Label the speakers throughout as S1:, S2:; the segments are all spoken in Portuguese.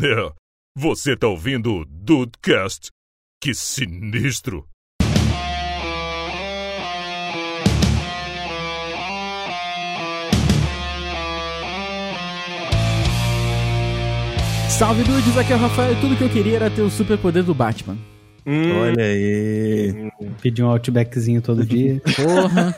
S1: É, você tá ouvindo o Dudecast? Que sinistro!
S2: Salve dudes, aqui é o Rafael e tudo que eu queria era ter o superpoder do Batman.
S3: Olha
S2: Uhum.
S3: aí.
S4: Pedir um outbackzinho todo dia.
S2: Porra,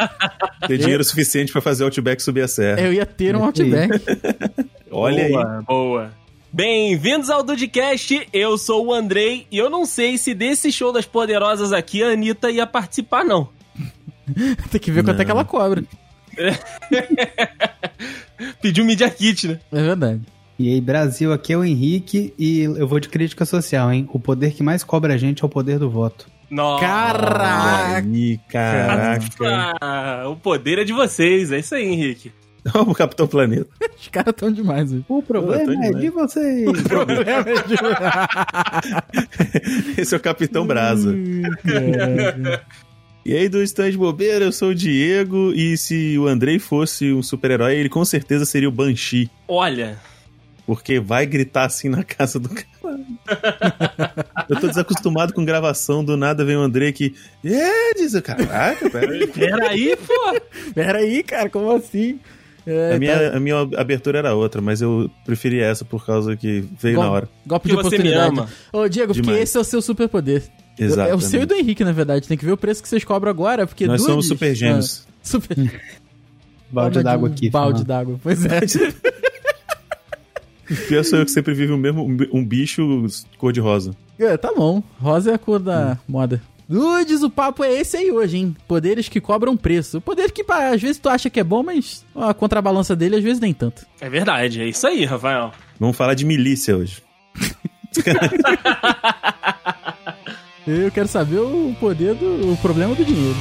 S3: Ter dinheiro suficiente pra fazer o Outback subir a serra.
S2: eu ia ter um Outback.
S3: Olha aí.
S5: Boa, boa. Bem-vindos ao Dudcast, eu sou o Andrei e eu não sei se desse show das poderosas aqui a Anitta ia participar, não.
S2: Tem que ver quanto é que ela cobra.
S5: Pediu Media Kit, né?
S2: É verdade.
S4: E aí, Brasil, aqui é o Henrique e eu vou de crítica social, hein? O poder que mais cobra a gente é o poder do voto.
S5: Nossa!
S2: Caraca!
S3: Ih, caraca.
S5: Ah, o poder é de vocês, é isso aí, Henrique.
S3: Olha o Capitão Planeta.
S2: Os caras tão demais hoje.
S3: Pô,
S4: O
S3: tô
S4: problema é
S3: demais.
S4: de vocês.
S2: Problema é de-
S3: Esse é o Capitão Brasa.
S2: Hum.
S3: E aí, do Stand Bobeira, eu sou o Diego. E se o Andrei fosse um super-herói, ele com certeza seria o Banshee.
S5: Olha,
S3: Porque vai gritar assim na casa do cara. Eu tô desacostumado com gravação, do nada vem o Andrei que. É, diz o caraca, peraí.
S5: peraí, pô!
S2: Pera aí, cara, como assim? É,
S3: A
S2: tá-
S3: minha, a minha abertura era outra, mas eu preferi essa por causa que veio na
S2: Bom,
S3: hora.
S2: Golpe
S5: Que
S2: de
S5: você me
S2: oportunidade.
S5: ama.
S2: Ô, Diego, porque
S3: Demais.
S2: esse é o seu superpoder.
S3: Exato.
S2: É o seu e do Henrique, na verdade. Tem que ver o preço que vocês cobram agora, porque
S3: Nós
S2: dudes-
S3: somos super gêmeos.
S2: Ah, super...
S4: Balde d'água aqui.
S2: Balde
S4: Fernando.
S2: d'água, pois é.
S3: Pior sou eu que sempre vive o mesmo um bicho cor-de-rosa.
S2: É, tá bom. Rosa é a cor da moda. Dudes, o papo é esse aí hoje, hein? Poderes que cobram preço. Poder que pá, às vezes tu acha que é bom, mas a contrabalança dele às vezes nem tanto.
S5: É verdade, é isso aí, Rafael.
S3: Vamos falar de milícia hoje.
S2: Eu quero saber o poder do o problema do dinheiro.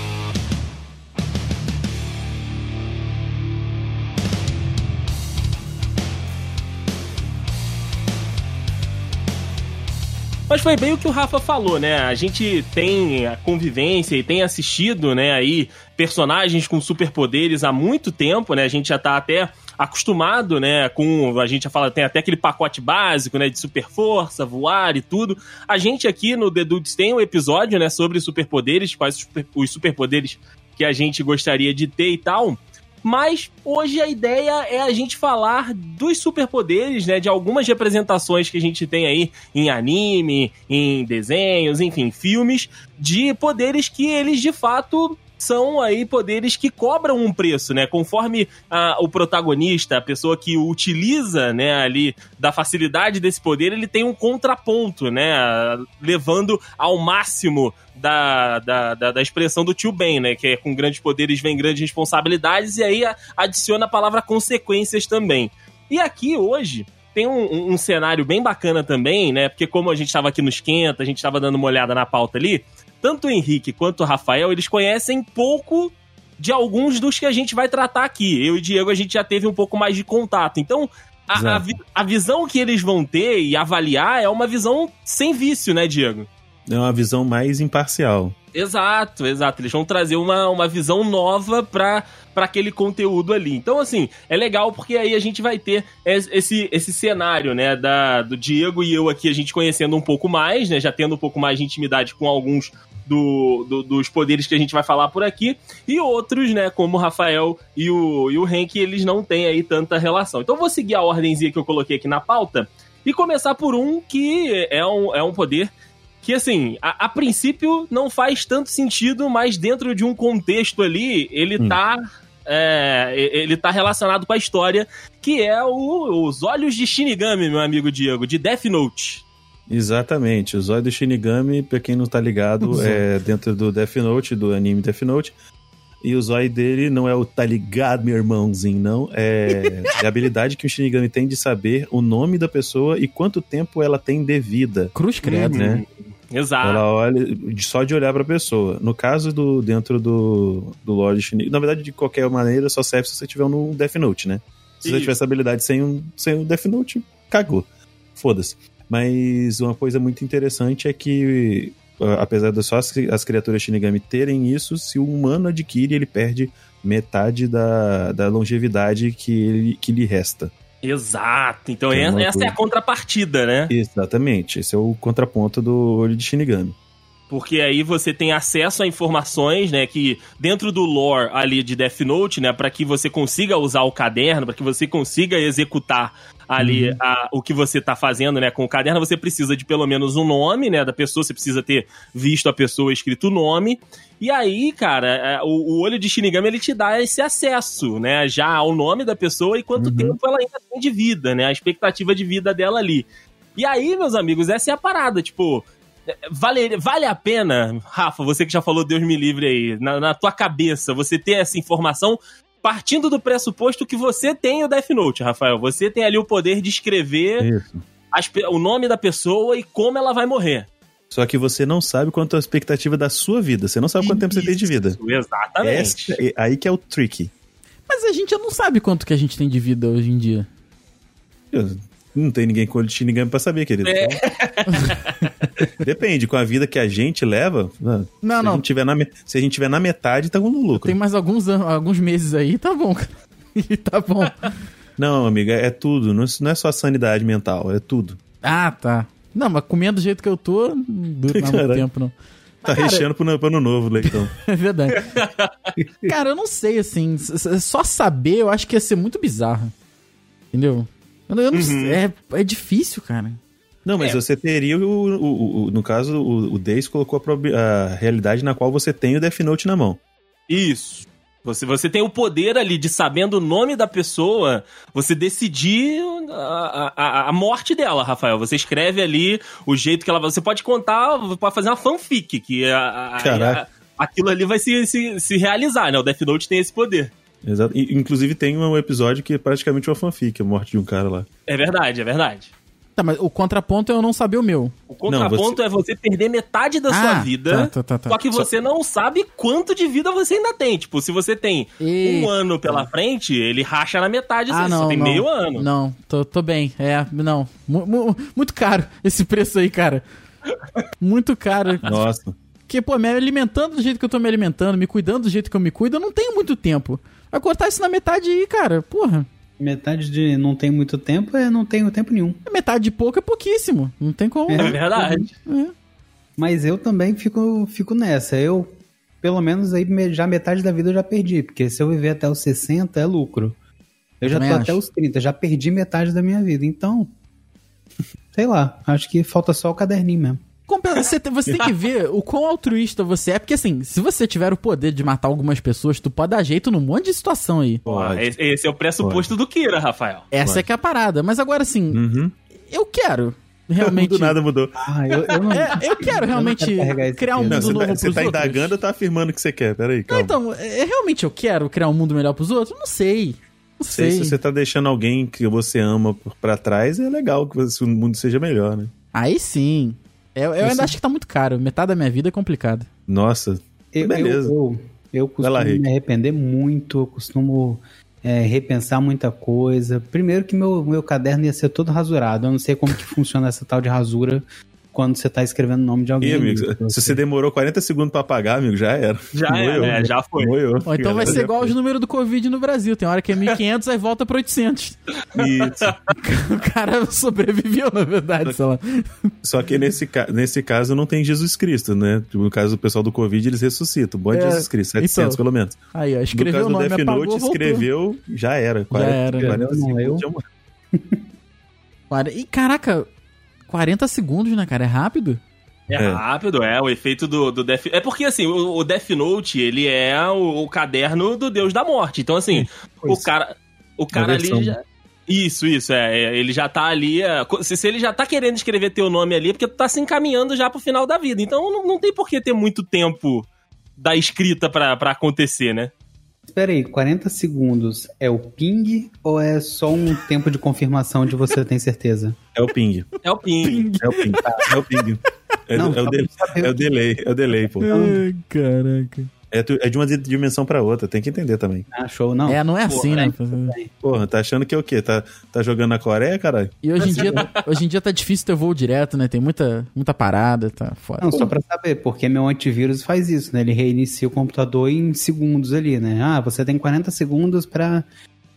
S5: Mas foi bem o que o Rafa falou, né? A gente tem a convivência e tem assistido, né, aí personagens com superpoderes há muito tempo, né? A gente já tá até acostumado, né, com a gente já fala, tem até aquele pacote básico, né, de super força, voar e tudo. A gente aqui no The Dudes tem um episódio, né, sobre superpoderes, quais os super- os superpoderes que a gente gostaria de ter e tal. Mas hoje a ideia é a gente falar dos superpoderes, né, de algumas representações que a gente tem aí em anime, em desenhos, enfim, filmes, de poderes que eles de fato são aí poderes que cobram um preço, né? Conforme ah, o protagonista, a pessoa que o utiliza, né, ali da facilidade desse poder, ele tem um contraponto, né? ah, Levando ao máximo da, da, da, da expressão do tio Ben, né? Que é com grandes poderes vem grandes responsabilidades, e aí a- adiciona a palavra consequências também. E aqui hoje, tem um, um- um cenário bem bacana também, né? Porque como a gente estava aqui no esquenta, a gente estava dando uma olhada na pauta ali, tanto o Henrique quanto o Rafael, eles conhecem pouco de alguns dos que a gente vai tratar aqui. Eu e o Diego, a gente já teve um pouco mais de contato. Então, a, a vi- a visão que eles vão ter e avaliar é uma visão sem vício, né, Diego?
S3: É uma visão mais imparcial.
S5: Exato, exato. Eles vão trazer uma, uma visão nova pra, pra aquele conteúdo ali. Então, assim, é legal porque aí a gente vai ter es- esse, esse cenário, né? Da, do Diego e eu aqui, a gente conhecendo um pouco mais, né? Já tendo um pouco mais de intimidade com alguns do, do- dos poderes que a gente vai falar por aqui. E outros, né? Como o Rafael e o, e o Henk, eles não têm aí tanta relação. Então, eu vou seguir a ordemzinha que eu coloquei aqui na pauta e começar por um que é um, é um poder que assim, a, a princípio não faz tanto sentido, mas dentro de um contexto ali, ele
S3: Hum.
S5: tá. é, e- ele tá relacionado com a história, que é o- os olhos de Shinigami, meu amigo Diego, de Death Note.
S3: Exatamente. O Zóio do Shinigami, pra quem não tá ligado, é dentro do Death Note, do anime Death Note. E o Zóio dele não é o tá ligado, meu irmãozinho, não. É é a habilidade que o Shinigami tem de saber o nome da pessoa e quanto tempo ela tem de vida.
S2: Cruz credo.
S3: Né?
S5: Uhum. Exato.
S3: Ela olha de- só de olhar pra pessoa. No caso do dentro do, do Lorde Shinigami, na verdade, de qualquer maneira, só serve se você tiver um Death Note, né? Se você
S5: Isso.
S3: tiver essa habilidade sem um, sem um Death Note, cagou. Foda-se. Mas uma coisa muito interessante é que, a- apesar de só as, cri- as criaturas Shinigami terem isso, se o humano adquire, ele perde metade da, da longevidade que, ele, que lhe resta.
S5: Exato. Então
S3: Que é
S5: essa,
S3: uma
S5: essa é a
S3: coisa.
S5: contrapartida, né?
S3: Exatamente. Esse é o contraponto do olho de Shinigami.
S5: Porque aí você tem acesso a informações, né, que dentro do lore ali de Death Note, né, para que você consiga usar o caderno, para que você consiga executar ali a- o que você tá fazendo, né, com o caderno, você precisa de pelo menos um nome, né, da pessoa, você precisa ter visto a pessoa, escrito o nome. E aí, cara, é, o, o olho de Shinigami ele te dá esse acesso, né, já ao nome da pessoa e quanto tempo ela ainda tem de vida, né, a expectativa de vida dela ali. E aí, meus amigos, essa é a parada, tipo, Vale, vale a pena, Rafa, você que já falou Deus me livre aí, na, na tua cabeça, você ter essa informação partindo do pressuposto que você tem o Death Note, Rafael. Você tem ali o poder de escrever
S3: É Isso.
S5: as pe- o nome da pessoa e como ela vai morrer.
S3: Só que você não sabe quanto é a expectativa da sua vida. Você não sabe quanto tempo você tem de vida.
S5: Isso, Exatamente.
S3: Essa- é- aí que é o tricky.
S2: Mas a gente não sabe quanto que a gente tem de vida hoje em dia.
S3: Eu- Não tem ninguém com olho de Shinigami pra saber, querido.
S5: É.
S3: Então, Depende, com a vida que a gente leva. Não,
S2: Não,
S3: se A
S2: não.
S3: gente tiver na, me- se a gente tiver na metade, tá com lucro.
S2: Tem mais alguns, an- alguns meses aí, tá bom, cara. E tá bom.
S3: Não, amiga, é tudo. Não, não é só sanidade mental, é tudo.
S2: Ah, tá. Não, mas comendo do jeito que eu tô, não dura mais muito
S3: Caralho.
S2: tempo, não.
S3: Tá
S2: Mas, cara,
S3: recheando pro ano- pro ano novo, Leitão.
S2: É verdade. Cara, eu não sei, assim. s- s- Só saber, eu acho que ia ser muito bizarro. Entendeu? Eu não eu não sei. É, é difícil, cara.
S3: Não,
S5: É.
S3: mas você teria o, o- o- no caso, o, o Days colocou a, probi- a realidade na qual você tem o Death Note na mão.
S5: Isso. Você, você tem o poder ali de, sabendo o nome da pessoa, você decidir a, a- a morte dela, Rafael. Você escreve ali o jeito que ela vai. Você pode contar, pode fazer uma fanfic, que a- a- a-
S3: Caraca.
S5: aquilo ali vai se, se, se realizar, né? O Death Note tem esse poder.
S3: Exato. E, Inclusive tem um episódio que é praticamente uma fanfic, a morte de um cara lá.
S5: É verdade, é verdade.
S2: Tá, mas o contraponto é eu não saber o meu.
S5: O contraponto é você perder metade da sua
S2: Ah, tá,
S5: vida.
S2: tá, tá, tá.
S5: Só que você não sabe quanto de vida você ainda tem. Tipo, se você tem
S2: Eita.
S5: um ano pela frente, ele racha na metade, assim.
S2: Ah,
S5: você
S2: não,
S5: só tem
S2: não.
S5: meio ano.
S2: Não, tô, tô bem. É, não. Mu- mu- muito caro esse preço aí, cara. Muito caro.
S3: Nossa.
S2: Porque, pô, me alimentando do jeito que eu tô me alimentando, me cuidando do jeito que eu me cuido, eu não tenho muito tempo. Vai cortar isso na metade aí, cara. Porra.
S4: Metade de não tem muito tempo é não tenho tempo nenhum.
S2: Metade de pouco é pouquíssimo. Não tem como.
S5: É verdade.
S4: Mas eu também fico, fico nessa. Eu, pelo menos, aí me- já metade da vida eu já perdi. Porque se eu viver até os 60 é lucro. Eu já
S2: Também
S4: tô
S2: acho.
S4: até os 30, já perdi metade da minha vida. Então, sei lá, acho que falta só o caderninho mesmo.
S2: Compensa- Você, tem- você tem que ver o quão altruísta você é, porque assim, se você tiver o poder de matar algumas pessoas, tu pode dar jeito num monte de situação aí.
S5: Ah, Esse esse é o pressuposto do Kira, Rafael.
S2: Essa é que é a parada. Mas agora assim,
S3: Uhum.
S2: eu quero realmente.
S3: Do nada mudou.
S4: Ah, eu, eu não.
S2: É, eu quero realmente
S4: quero carregar esse
S2: criar um
S4: peso.
S2: mundo
S3: Não, você
S2: novo
S3: tá,
S2: pros
S3: você tá
S2: outros.
S3: indagando ou tá afirmando que você quer? Peraí,
S2: Não,
S3: calma.
S2: então, é, realmente eu quero criar um mundo melhor pros outros? Não sei. Não
S3: Se-
S2: sei.
S3: Se você tá deixando alguém que você ama por- pra trás, é legal que você- o mundo seja melhor, né?
S2: Aí sim. Eu, eu ainda acho que tá muito caro. Metade da minha vida é complicado.
S3: Nossa,
S4: Eu,
S3: Beleza.
S4: Eu, eu, eu costumo
S3: lá, Rick.
S4: me arrepender muito, eu costumo é, repensar muita coisa. Primeiro que meu, meu caderno ia ser todo rasurado. Eu não sei como que funciona essa tal de rasura quando você tá escrevendo o nome de alguém.
S3: E, amigo,
S4: Né?
S3: se você demorou 40 segundos pra pagar, amigo, já era.
S5: Já é,
S3: Moeu.
S5: né? Já foi.
S3: Moeu.
S2: Ou então vai
S3: Galera,
S2: ser
S3: já
S2: igual
S3: foi.
S2: os números do Covid no Brasil. Tem hora que é 1.500, aí volta pra 800.
S3: Isso.
S2: O cara sobreviveu, na verdade, sei lá.
S3: Só que nesse, ca- nesse caso não tem Jesus Cristo, né? Tipo, No caso do pessoal do Covid, eles ressuscitam. Bom é,
S2: É,
S3: Jesus Cristo, 700
S2: então.
S3: pelo menos.
S2: Aí, ó,
S3: no
S2: escreveu o
S3: caso
S2: nome,
S3: do Death
S2: apagou,
S3: Note,
S2: voltou.
S3: escreveu, já era. 40,
S2: era, né?
S3: 40
S4: Não, eu-
S3: segundos já morreu.
S2: Quar- Ih, caraca, 40 segundos, né, cara? É rápido?
S5: É
S3: É.
S5: rápido, é. O efeito do, do Death... É porque, assim, o, o Death Note, ele é o, o caderno do Deus da Morte. Então, assim, o cara... O cara
S3: versão.
S5: ali já... Isso, isso, é. é, Ele já tá ali... é, co- Se, se ele já tá querendo escrever teu nome ali, é porque tu tá se encaminhando já pro final da vida. Então, não, não tem por que ter muito tempo da escrita pra, pra acontecer, né?
S4: Espera aí, 40 segundos é o ping ou é só um tempo de confirmação de você tem certeza?
S3: É o ping.
S5: É o ping.
S3: É o ping. É o ping. É,
S4: Não,
S3: é
S2: tá
S3: o
S4: só
S3: de-
S4: pra saber
S3: é o delay. É o delay, pô.
S2: Ai, caraca.
S3: É, tu- é de uma di- dimensão pra outra, tem que entender também.
S4: Ah, show, não.
S2: É, não é
S4: Pô,
S2: assim, né?
S3: Porra, tá achando que é o quê? Tá, tá jogando na Coreia, caralho?
S2: E hoje em, dia, hoje em dia tá difícil ter voo direto, né? Tem muita, muita parada, tá foda.
S4: Não, só pra saber, porque meu antivírus faz isso, né? Ele reinicia o computador em segundos ali, né? Ah, você tem 40 segundos pra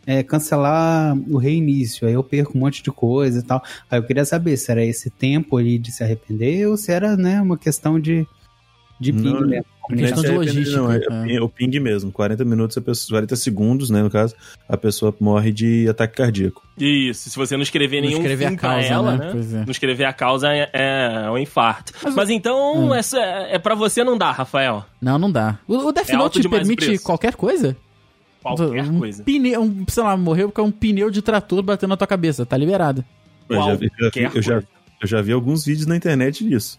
S4: é, cancelar o reinício, aí eu perco um monte de coisa e tal. Aí eu queria saber se era esse tempo ali de se arrepender ou se era, né, uma questão de, de né?
S3: Não,
S4: ping mesmo.
S2: questão de
S3: Não é
S2: logística,
S3: Não, é,
S2: é.
S3: é o ping mesmo. 40 minutos, a pessoa, 40 segundos, né, no caso, a pessoa morre de ataque cardíaco.
S5: Isso, se você não escrever
S2: Não
S5: nenhum
S2: escrever
S5: fim
S2: a
S5: pra
S2: causa,
S5: ela,
S2: né?
S5: né?
S2: Pois é.
S5: Não escrever a causa é, é um infarto. Mas,
S2: Hum.
S5: então, essa é, é para você não dar, Rafael.
S2: Não, não dá. O, o Death
S5: É alto
S2: Note te
S5: demais o
S2: permite
S5: preço.
S2: qualquer coisa?
S5: Qualquer
S2: um
S5: coisa.
S2: Pneu, um, sei lá, morreu porque é um pneu de trator batendo na tua cabeça. Tá liberado.
S3: Eu já, vi, eu, já
S5: Qualquer
S3: vi- eu, já,
S5: coisa.
S3: eu já vi alguns vídeos na internet disso.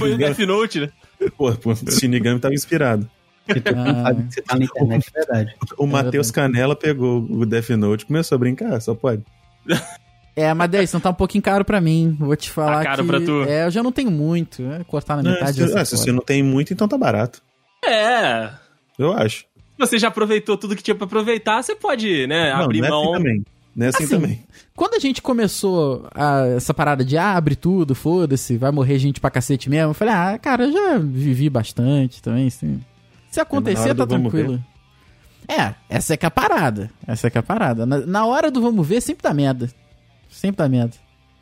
S5: Foi o Death Note, né?
S3: Pô, pô, o Shinigami tava inspirado.
S4: Que tu não
S2: Ah.
S4: sabe que você tá na internet, é verdade.
S3: O Matheus
S2: verdade.
S3: Canela pegou o Death Note e começou a brincar, só pode.
S2: É, mas daí, isso não tá um pouquinho caro pra mim. Vou te falar
S5: Tá caro
S2: que...
S5: pra tu?
S2: É, eu já não tenho muito. né? Cortar na
S3: Não,
S2: metade...
S3: se,
S2: dessa
S3: ah, se
S2: foda.
S3: você não tem muito, então tá barato.
S5: É.
S3: Eu acho.
S5: Você já aproveitou tudo que tinha pra aproveitar, você pode, né,
S3: Não,
S5: abrir
S3: não é assim
S5: mão.
S3: também. Não é assim,
S2: Assim,
S3: também.
S2: Quando a gente começou a- essa parada de ah, abre tudo, foda-se, vai morrer gente pra cacete mesmo, eu falei, ah, cara, eu já vivi bastante também, assim. Se
S3: É, na
S2: acontecer,
S3: hora
S2: tá
S3: do vamos
S2: tranquilo. É, essa é que é a parada. Essa é que é a parada. Na, na hora do vamos ver, sempre dá merda. Sempre dá merda.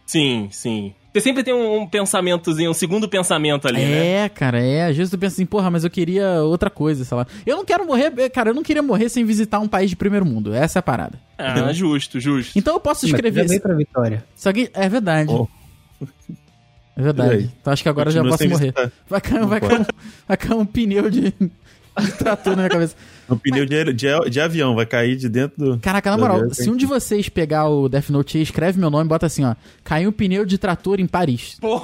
S5: Sim, sim. Você sempre tem um, um pensamentozinho, um segundo pensamento ali, né?
S2: É, cara, é. Às vezes tu pensa assim, porra, mas eu queria outra coisa, sei lá. Eu não quero morrer, eh, cara, eu não queria morrer sem visitar um país de primeiro mundo. Essa é a parada.
S5: Ah, justo, justo.
S2: Então eu posso
S4: Mas já
S2: escrever.
S4: veio pra Vitória.
S2: Se alguém... É verdade.
S3: Oh.
S2: É verdade.
S3: E aí?
S2: Então acho que agora eu já
S3: Continua
S2: posso
S3: sem
S2: morrer.
S3: visitar.
S2: Vai cair, vai, cair, um- vai cair um pneu de, de trator na minha cabeça.
S3: Um pneu de, de- de avião vai cair de dentro do.
S2: Caraca, na
S3: Meu
S2: moral,
S3: Deus,
S2: se
S3: tem
S2: um de vocês pegar o Death Note e escreve meu nome, bota assim, ó. Caiu um pneu de trator em Paris.
S5: Pô,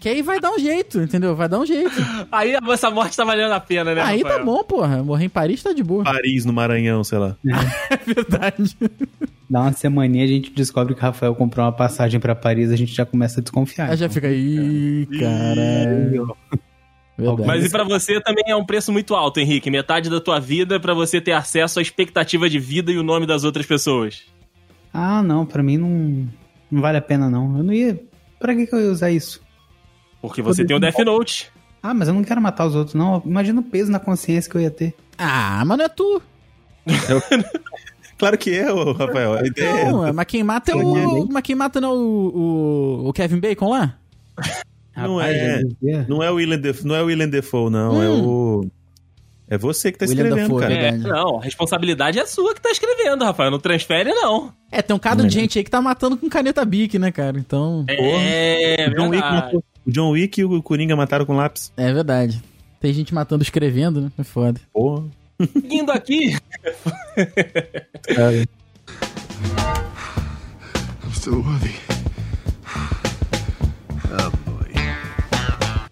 S2: Que aí vai dar um jeito, entendeu? Vai dar um jeito.
S5: aí a essa morte tá valendo a pena, né?
S2: aí tá
S5: Rafael? Ah.
S2: bom, porra. Morrer em Paris tá de boa.
S3: Paris, no Maranhão, sei lá.
S2: É verdade.
S4: Dá uma semaninha, a gente descobre que o Rafael comprou uma passagem pra Paris, a gente já começa a desconfiar. Então, é,
S2: Aí já fica, ih, caralho.
S4: Entendeu?
S2: Verdade.
S5: É. Mas e pra você também é um preço muito alto, Henrique. Metade da tua vida pra você ter acesso à expectativa de vida e o nome das outras pessoas.
S4: Ah, não, pra mim não, não vale a pena, não. Eu não ia. Pra que, que eu ia usar isso?
S5: Porque você tem o Death Note.
S4: Ah, mas eu não quero matar os outros, não. Imagina o peso na consciência que eu ia ter.
S2: Ah, mas não é tu.
S3: Claro que é, ô, Rafael. A ideia é
S2: Não, mas quem mata é o. Mas quem mata não é o, o, o Kevin Bacon lá?
S3: Não
S4: Rapaz,
S3: é.
S4: eu ia-
S3: Não é o Willem Defoe, não, é o Willem Dafoe, não é o... É você que tá
S2: Hum. Willem
S3: escrevendo,
S2: Dafoe,
S3: cara.
S2: né?
S5: É,
S2: Verdade.
S5: não, a responsabilidade é sua que tá escrevendo, Rafael. Não transfere, não.
S2: É, tem um cara
S3: né?
S2: de gente aí que tá matando com caneta bic, né, cara? Então.
S5: É,
S3: O John, Wick
S5: verdade.
S3: matou- o John Wick e o Coringa mataram com lápis.
S2: É verdade. Tem gente matando escrevendo, né? É foda.
S3: Porra.
S5: Seguindo aqui,
S3: Cara.
S6: I'm still worthy.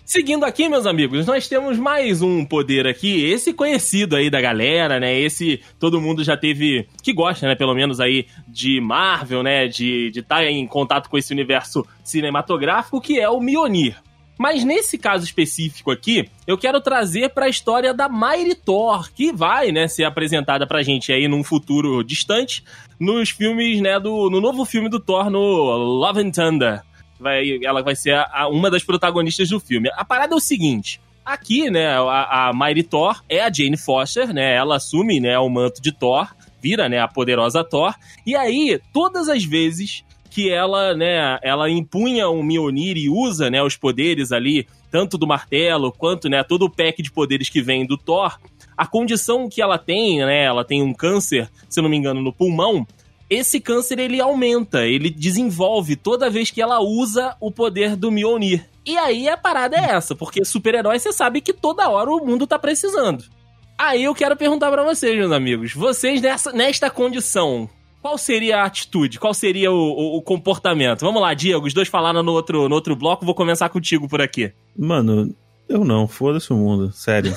S5: Seguindo aqui, meus amigos, nós temos mais um poder aqui, esse conhecido aí da galera, né? Esse todo mundo já teve, que gosta, né? Pelo menos aí de Marvel, né? De estar em contato com esse universo cinematográfico, que é o Mionir. Mas nesse caso específico aqui, eu quero trazer pra história da Mairi Thor, que vai, né, ser apresentada pra gente aí num futuro distante, nos filmes, né, do no novo filme do Thor no Love and Thunder vai, ela vai ser a- a- uma das protagonistas do filme. A parada é o seguinte. Aqui, né, a, a Mairi Thor é a Jane Foster, né? Ela assume, né, o manto de Thor, vira, né, a poderosa Thor. E aí, todas as vezes que ela, né, ela empunha um Mjolnir e usa, né, os poderes ali, tanto do martelo quanto, né, todo o pack de poderes que vem do Thor, a condição que ela tem, né, ela tem um câncer, se eu não me engano, no pulmão, esse câncer ele aumenta, ele desenvolve toda vez que ela usa o poder do Mjolnir. E aí a parada é essa, porque super-herói você sabe que toda hora o mundo tá precisando. Aí eu quero perguntar pra vocês, meus amigos, vocês nessa, nesta condição, qual seria a atitude, qual seria o, o- o comportamento? Vamos lá, Diego, os dois falaram no outro, no outro bloco, vou começar contigo por aqui.
S3: Mano, eu não, foda-se o mundo, sério.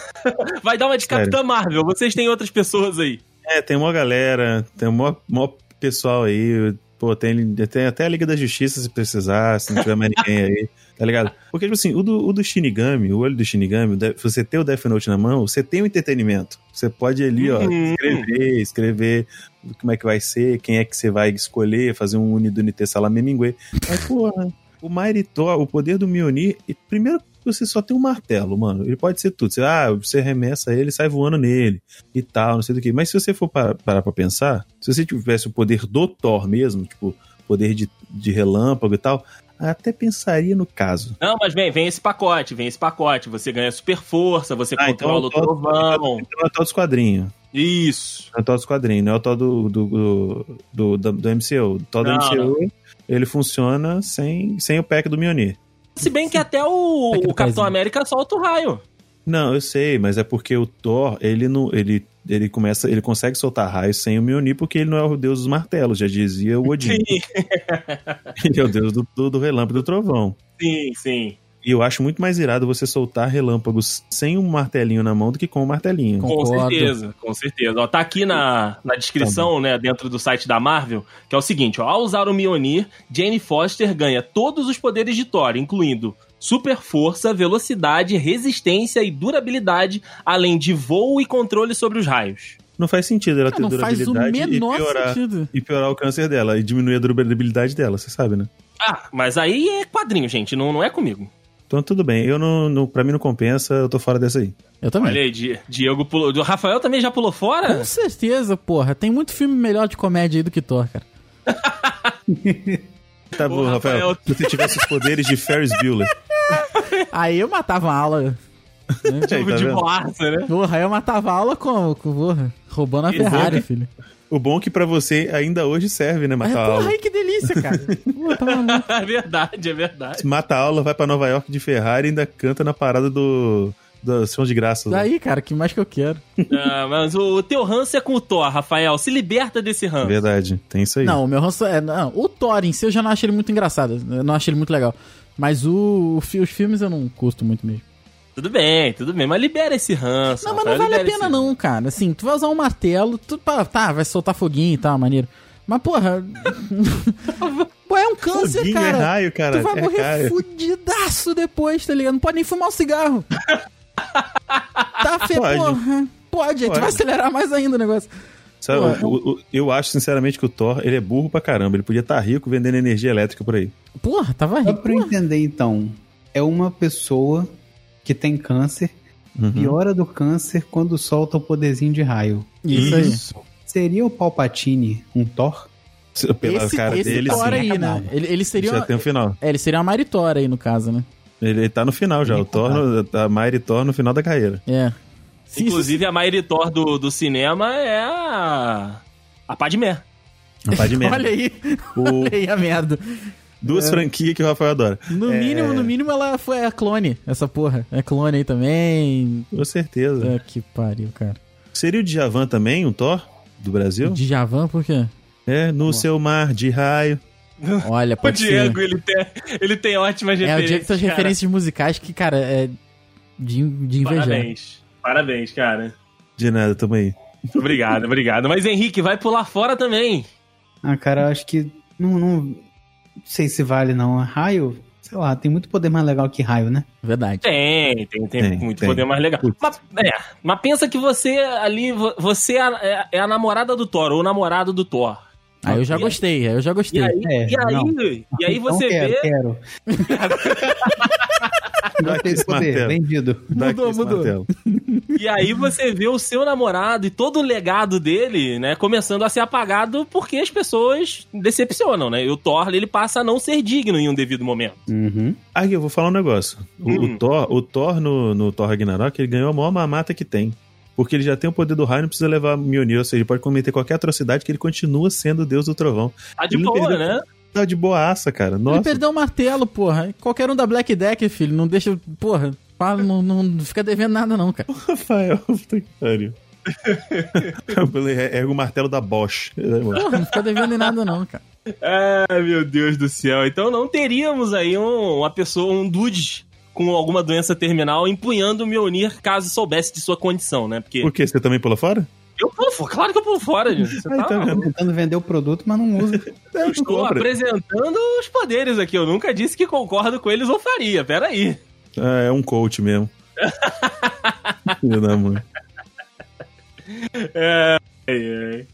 S5: Vai dar uma de
S3: Sério.
S5: Capitã Marvel, vocês têm outras pessoas aí.
S3: É, tem uma galera, tem um maior, pessoal aí, pô, tem, tem até a Liga da Justiça se precisar, se não tiver mais ninguém aí, tá ligado? Porque, tipo assim, o do, o do Shinigami, o olho do Shinigami, o Death- você ter o Death Note na mão, você tem o entretenimento. Você pode ali, ó,
S5: Uhum.
S3: escrever, escrever como é que vai ser, quem é que você vai escolher, fazer um Uni do NT Salamemingue. Mas, porra, o Mairitor, o poder do Mionir, e primeiro, você só tem um martelo, mano. Ele pode ser tudo. Você, ah, você arremessa ele, sai voando nele e tal, não sei do que. Mas se você for parar, parar pra pensar, se você tivesse o poder do Thor mesmo, tipo, poder de, de relâmpago e tal, até pensaria no caso.
S5: Não, mas vem, vem esse pacote, vem esse pacote. Você ganha super força, você
S3: Ah, então é
S5: controla
S3: o Thor,
S5: o trovão.
S3: então é o Thor dos quadrinhos.
S5: Isso.
S3: É o Thor dos quadrinhos, não é o Thor do, do, do, do, do MCU. O Thor do
S5: Não,
S3: MCU, ele funciona sem, sem o pack do Mjolnir.
S5: Se bem que até o,
S2: Tá aqui no
S5: o Capitão
S2: pezinho.
S5: América solta o raio.
S3: Não, eu sei, mas é porque o Thor, ele não, ele, ele começa, ele consegue soltar raios sem o Mjolnir porque ele não é o deus dos martelos, já dizia o Odin.
S5: Sim,
S3: ele é o deus do, do, do relâmpago e do trovão.
S5: sim, sim.
S3: E eu acho muito mais irado você soltar relâmpagos sem um martelinho na mão do que com o martelinho.
S5: Com
S2: Concordo.
S5: certeza, com certeza. Ó, tá aqui na, na descrição, né, dentro do site da Marvel, que é o seguinte, ó, ao usar o Mionir, Jane Foster ganha todos os poderes de Thor, incluindo super força, velocidade, resistência e durabilidade, além de voo e controle sobre os raios.
S3: Não faz sentido ela
S2: Ah,
S3: ter
S2: não faz o
S3: durabilidade e
S2: menor
S3: piorar,
S2: sentido.
S3: e piorar o câncer dela e diminuir a durabilidade dela, você sabe, né?
S5: Ah, mas aí é quadrinho, gente, não, não é comigo.
S3: Então tudo bem, eu não, não para mim não compensa, eu tô fora dessa aí.
S2: Eu também.
S5: Olha aí, Di- Diego pulou. O Rafael também já pulou fora?
S2: Com certeza, porra. Tem muito filme melhor de comédia aí do que Thor, cara.
S3: Tá
S5: Ô,
S3: bom, Rafael,
S5: Rafael.
S3: se você tivesse os poderes de Ferris Bueller.
S2: Aí eu matava a aula.
S3: Aí, tá
S5: de
S3: vendo?
S5: boaça, né?
S2: Porra, aí eu matava a aula como? Com- Porra, roubando a Ferrari, filho.
S3: O bom é que pra você ainda hoje serve, né?
S2: Aí,
S3: Matar a
S2: É, porra,
S3: aula.
S2: aí que delícia, cara. Pô, tá maluco.
S5: É verdade, é verdade.
S3: Mata a aula, vai pra Nova York de Ferrari e ainda canta na parada do. do São de né? Graça. lá.
S2: Daí, cara, que mais que eu quero?
S5: Ah, mas o, o teu ranço é com o Thor, Rafael. Se liberta desse ranço.
S3: Verdade, tem isso aí.
S2: Não, o meu ranço é. Não, o Thor em si eu já não acho ele muito engraçado. Eu não acho ele muito legal. Mas o, o fi- os filmes eu não custo muito mesmo.
S5: Tudo bem, tudo bem, mas libera esse ranço.
S2: Não, mas não
S5: Rafael,
S2: vale a
S5: libera
S2: pena,
S5: esse-
S2: não, cara. Assim, tu vai usar um martelo, tu, pá, tá, vai soltar foguinho e tal, maneiro. Mas, porra. Pô, é um câncer,
S3: Foguinho
S2: cara.
S3: é raio, cara.
S2: Tu vai
S3: é
S2: morrer
S3: raio.
S2: fudidaço depois, tá ligado? Não pode nem fumar um cigarro. tá fe...
S3: Pode.
S2: porra. Pode, aí tu
S3: Pode.
S2: vai acelerar mais ainda o negócio.
S3: Sabe,
S2: Porra.
S3: o- o- eu acho, sinceramente, que o Thor ele é burro pra caramba. Ele podia estar rico vendendo energia elétrica por aí.
S2: Porra, tava
S4: Só
S2: rico.
S4: pra eu entender, então, é uma pessoa que tem câncer,
S3: Uhum.
S4: piora do câncer quando solta o poderzinho de raio.
S2: Isso aí.
S4: Seria o Palpatine um Thor?
S3: Se- Pela
S2: esse
S3: cara
S2: esse
S3: dele,
S2: Thor
S3: sim.
S2: aí, né?
S4: Acabava.
S2: Ele, ele seria.
S3: Já tem um o final.
S2: É, ele seria uma Maritora aí, no caso, né?
S3: Ele, ele tá no final já. O Thor, no- a Mayri Thor no final da carreira.
S2: É. Se-
S5: Inclusive, a Mairi Thor do, do cinema é a. A Padmé.
S3: Não faz Um de merda.
S2: Olha aí,
S3: O-
S2: olha aí É. a merda.
S3: duas franquias que o Rafael adora.
S2: No
S3: É.
S2: mínimo, no mínimo ela foi a clone, essa porra. É clone aí também.
S3: Com certeza.
S2: Puta que pariu, cara.
S3: Seria o Djavan também, um Thor? Do
S2: Hum.
S3: Brasil?
S2: Djavan, por quê?
S3: É, no seu mar de raio.
S2: Olha,
S5: O
S2: pode ser.
S5: Diego, ele tem, ele tem ótimas
S2: É, o
S5: referências.
S2: Diego tem as
S5: cara.
S2: referências musicais que, cara, é de, de invejar.
S5: Parabéns. Parabéns, cara.
S3: De nada, tamo aí.
S5: Obrigado, obrigado. Mas Henrique, vai pular fora também.
S4: Ah, cara, eu acho que não, não- não sei se vale não. Raio, sei lá, tem muito poder mais legal que raio, né?
S2: Verdade.
S5: Tem, tem, tem,
S3: Tem,
S5: muito
S3: tem.
S5: poder mais legal.
S3: Putz.
S5: Mas, é, mas pensa que você ali, vo- você é a- é, é a namorada do Thor, ou o namorado do Thor.
S2: Aí eu já
S5: E-
S2: gostei, aí eu já
S5: E
S2: gostei.
S5: aí,
S4: É,
S5: e aí,
S4: não.
S5: e aí
S4: Então
S5: você
S4: quero,
S5: vê.
S4: Quero, Gostei desse poder,
S3: martelo.
S4: vendido.
S3: Dá aqui
S2: Mudou,
S3: esse
S2: mudou.
S3: martelo.
S5: E aí você vê o seu namorado e todo o legado dele, né, começando a ser apagado porque as pessoas decepcionam, né? E o Thor, ele passa a não ser digno em um devido momento.
S4: Uhum.
S3: Aqui, eu vou falar um negócio. O,
S5: Hum.
S3: o Thor, o Thor no, no Thor Ragnarok, ele ganhou a maior mamata que tem. Porque ele já tem o poder do raio, não precisa levar Mjolnir, ou seja, ele pode cometer qualquer atrocidade que ele continua sendo o deus do trovão.
S5: Tá de
S3: Ele não
S5: boa,
S3: perdeu-
S5: né?
S3: Tá de boaça, cara.
S2: Ele
S3: Nossa,
S2: perdeu o martelo, porra. Qualquer um da Black Deck, filho, não deixa. Porra, fala, não, não fica devendo nada, não, cara.
S3: Rafael, puta que pariu. Ele Erga o martelo da Bosch.
S2: Porra, não fica devendo em nada, não, cara.
S5: Ai, meu Deus do céu. Então não teríamos aí um- uma pessoa, um dude com alguma doença terminal empunhando o Mjolnir caso soubesse de sua condição, né? Porque
S3: Por quê? Você também pula fora?
S5: eu pulo fora, claro que eu pulo fora, gente. Você
S3: Aí,
S5: tá
S4: Então,
S3: tá vendo?
S4: Tentando vender o produto, mas não usa.
S5: Eu estou
S3: Compra.
S5: apresentando os poderes aqui. Eu nunca disse que concordo com eles ou faria. Peraí.
S3: Ah, é um coach mesmo. Filho da mãe.
S5: Ai, ai.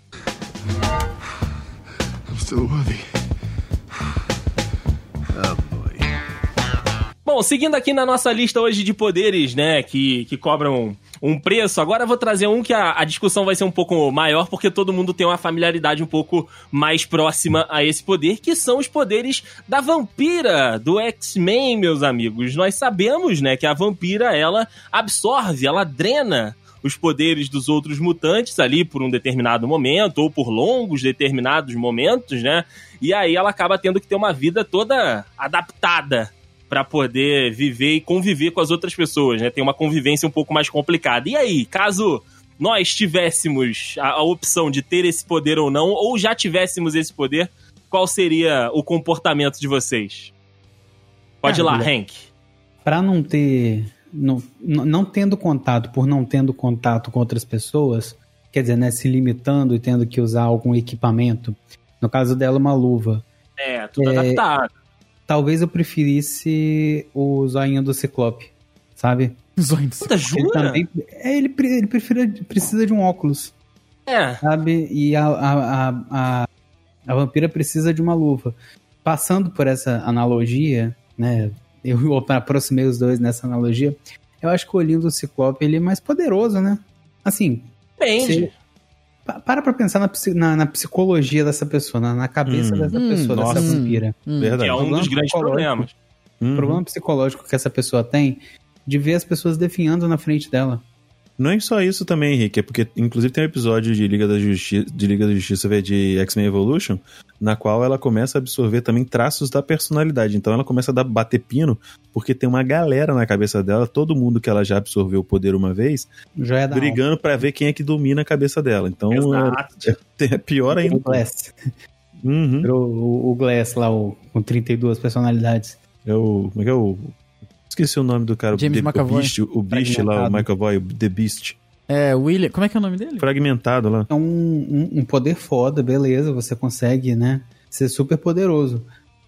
S6: I'm still worthy.
S5: Bom, Bom, seguindo aqui na nossa lista hoje de poderes, né, que, que cobram um preço, agora eu vou trazer um que a, a discussão vai ser um pouco maior, porque todo mundo tem uma familiaridade um pouco mais próxima a esse poder, que são os poderes da vampira do X-Men, meus amigos. Nós sabemos, né, que a vampira, ela absorve, ela drena os poderes dos outros mutantes ali por um determinado momento, ou por longos determinados momentos, né? E aí ela acaba tendo que ter uma vida toda adaptada para poder viver e conviver com as outras pessoas, né? Tem uma convivência um pouco mais complicada. E aí, caso nós tivéssemos a, a opção de ter esse poder ou não, ou já tivéssemos esse poder, qual seria o comportamento de vocês? Pode ir lá,
S4: Caramba.
S5: Hank.
S4: Pra não ter. Não, não não tendo contato, por não tendo contato com outras pessoas, quer dizer, né, se limitando e tendo que usar algum equipamento, no caso dela, uma luva.
S5: É, tudo
S4: É,
S5: adaptado.
S4: Talvez eu preferisse o zoinho do Ciclope, sabe?
S2: Zóio do céu.
S5: Puta,
S4: Ele
S5: jura?
S4: também. é, Ele, pre- ele prefira- precisa de um óculos.
S5: É,
S4: sabe? E a, a, a, a, a vampira precisa de uma luva. Passando por essa analogia, né? Eu aproximei os dois nessa analogia. Eu acho que o olhinho do Ciclope ele é mais poderoso, né? Assim,
S5: depende.
S4: se- pa- para pra pensar na, psi- na, na psicologia dessa pessoa, na, na cabeça
S3: Hum.
S4: dessa
S2: Hum,
S4: pessoa,
S3: nossa.
S4: dessa vampira.
S2: Hum.
S5: Que
S3: Verdade.
S5: é um
S4: Problema
S5: dos grandes
S4: psicológico.
S5: problemas.
S4: O
S3: Uhum.
S4: problema psicológico que essa pessoa tem de ver as pessoas definhando na frente dela.
S3: Não é só isso também, Henrique, é porque inclusive tem um episódio de Liga da Justiça, de Liga da Justiça vê, de X-Men Evolution, na qual ela começa a absorver também traços da personalidade. Então ela começa a dar bater pino, porque tem uma galera na cabeça dela, todo mundo que ela já absorveu o poder uma vez,
S4: Joia da
S3: brigando pra ver quem é que domina a cabeça dela. Então é,
S5: Exato.
S3: é pior
S4: alma.
S3: ainda.
S4: O Glass.
S3: Uhum.
S4: O, o Glass lá, o, com 32 personalidades.
S3: É o, como é que é o Esqueci o nome do cara,
S2: James
S3: o, The- o
S2: McAvoy.
S3: Beast, o Beast lá, o
S4: Fragmentado.
S3: Michael Boy, o The Beast,
S2: É, William. Como é que é o nome dele?
S3: fragmentado lá.
S4: é um, um, um poder foda, beleza, você consegue, né, ser super poderoso.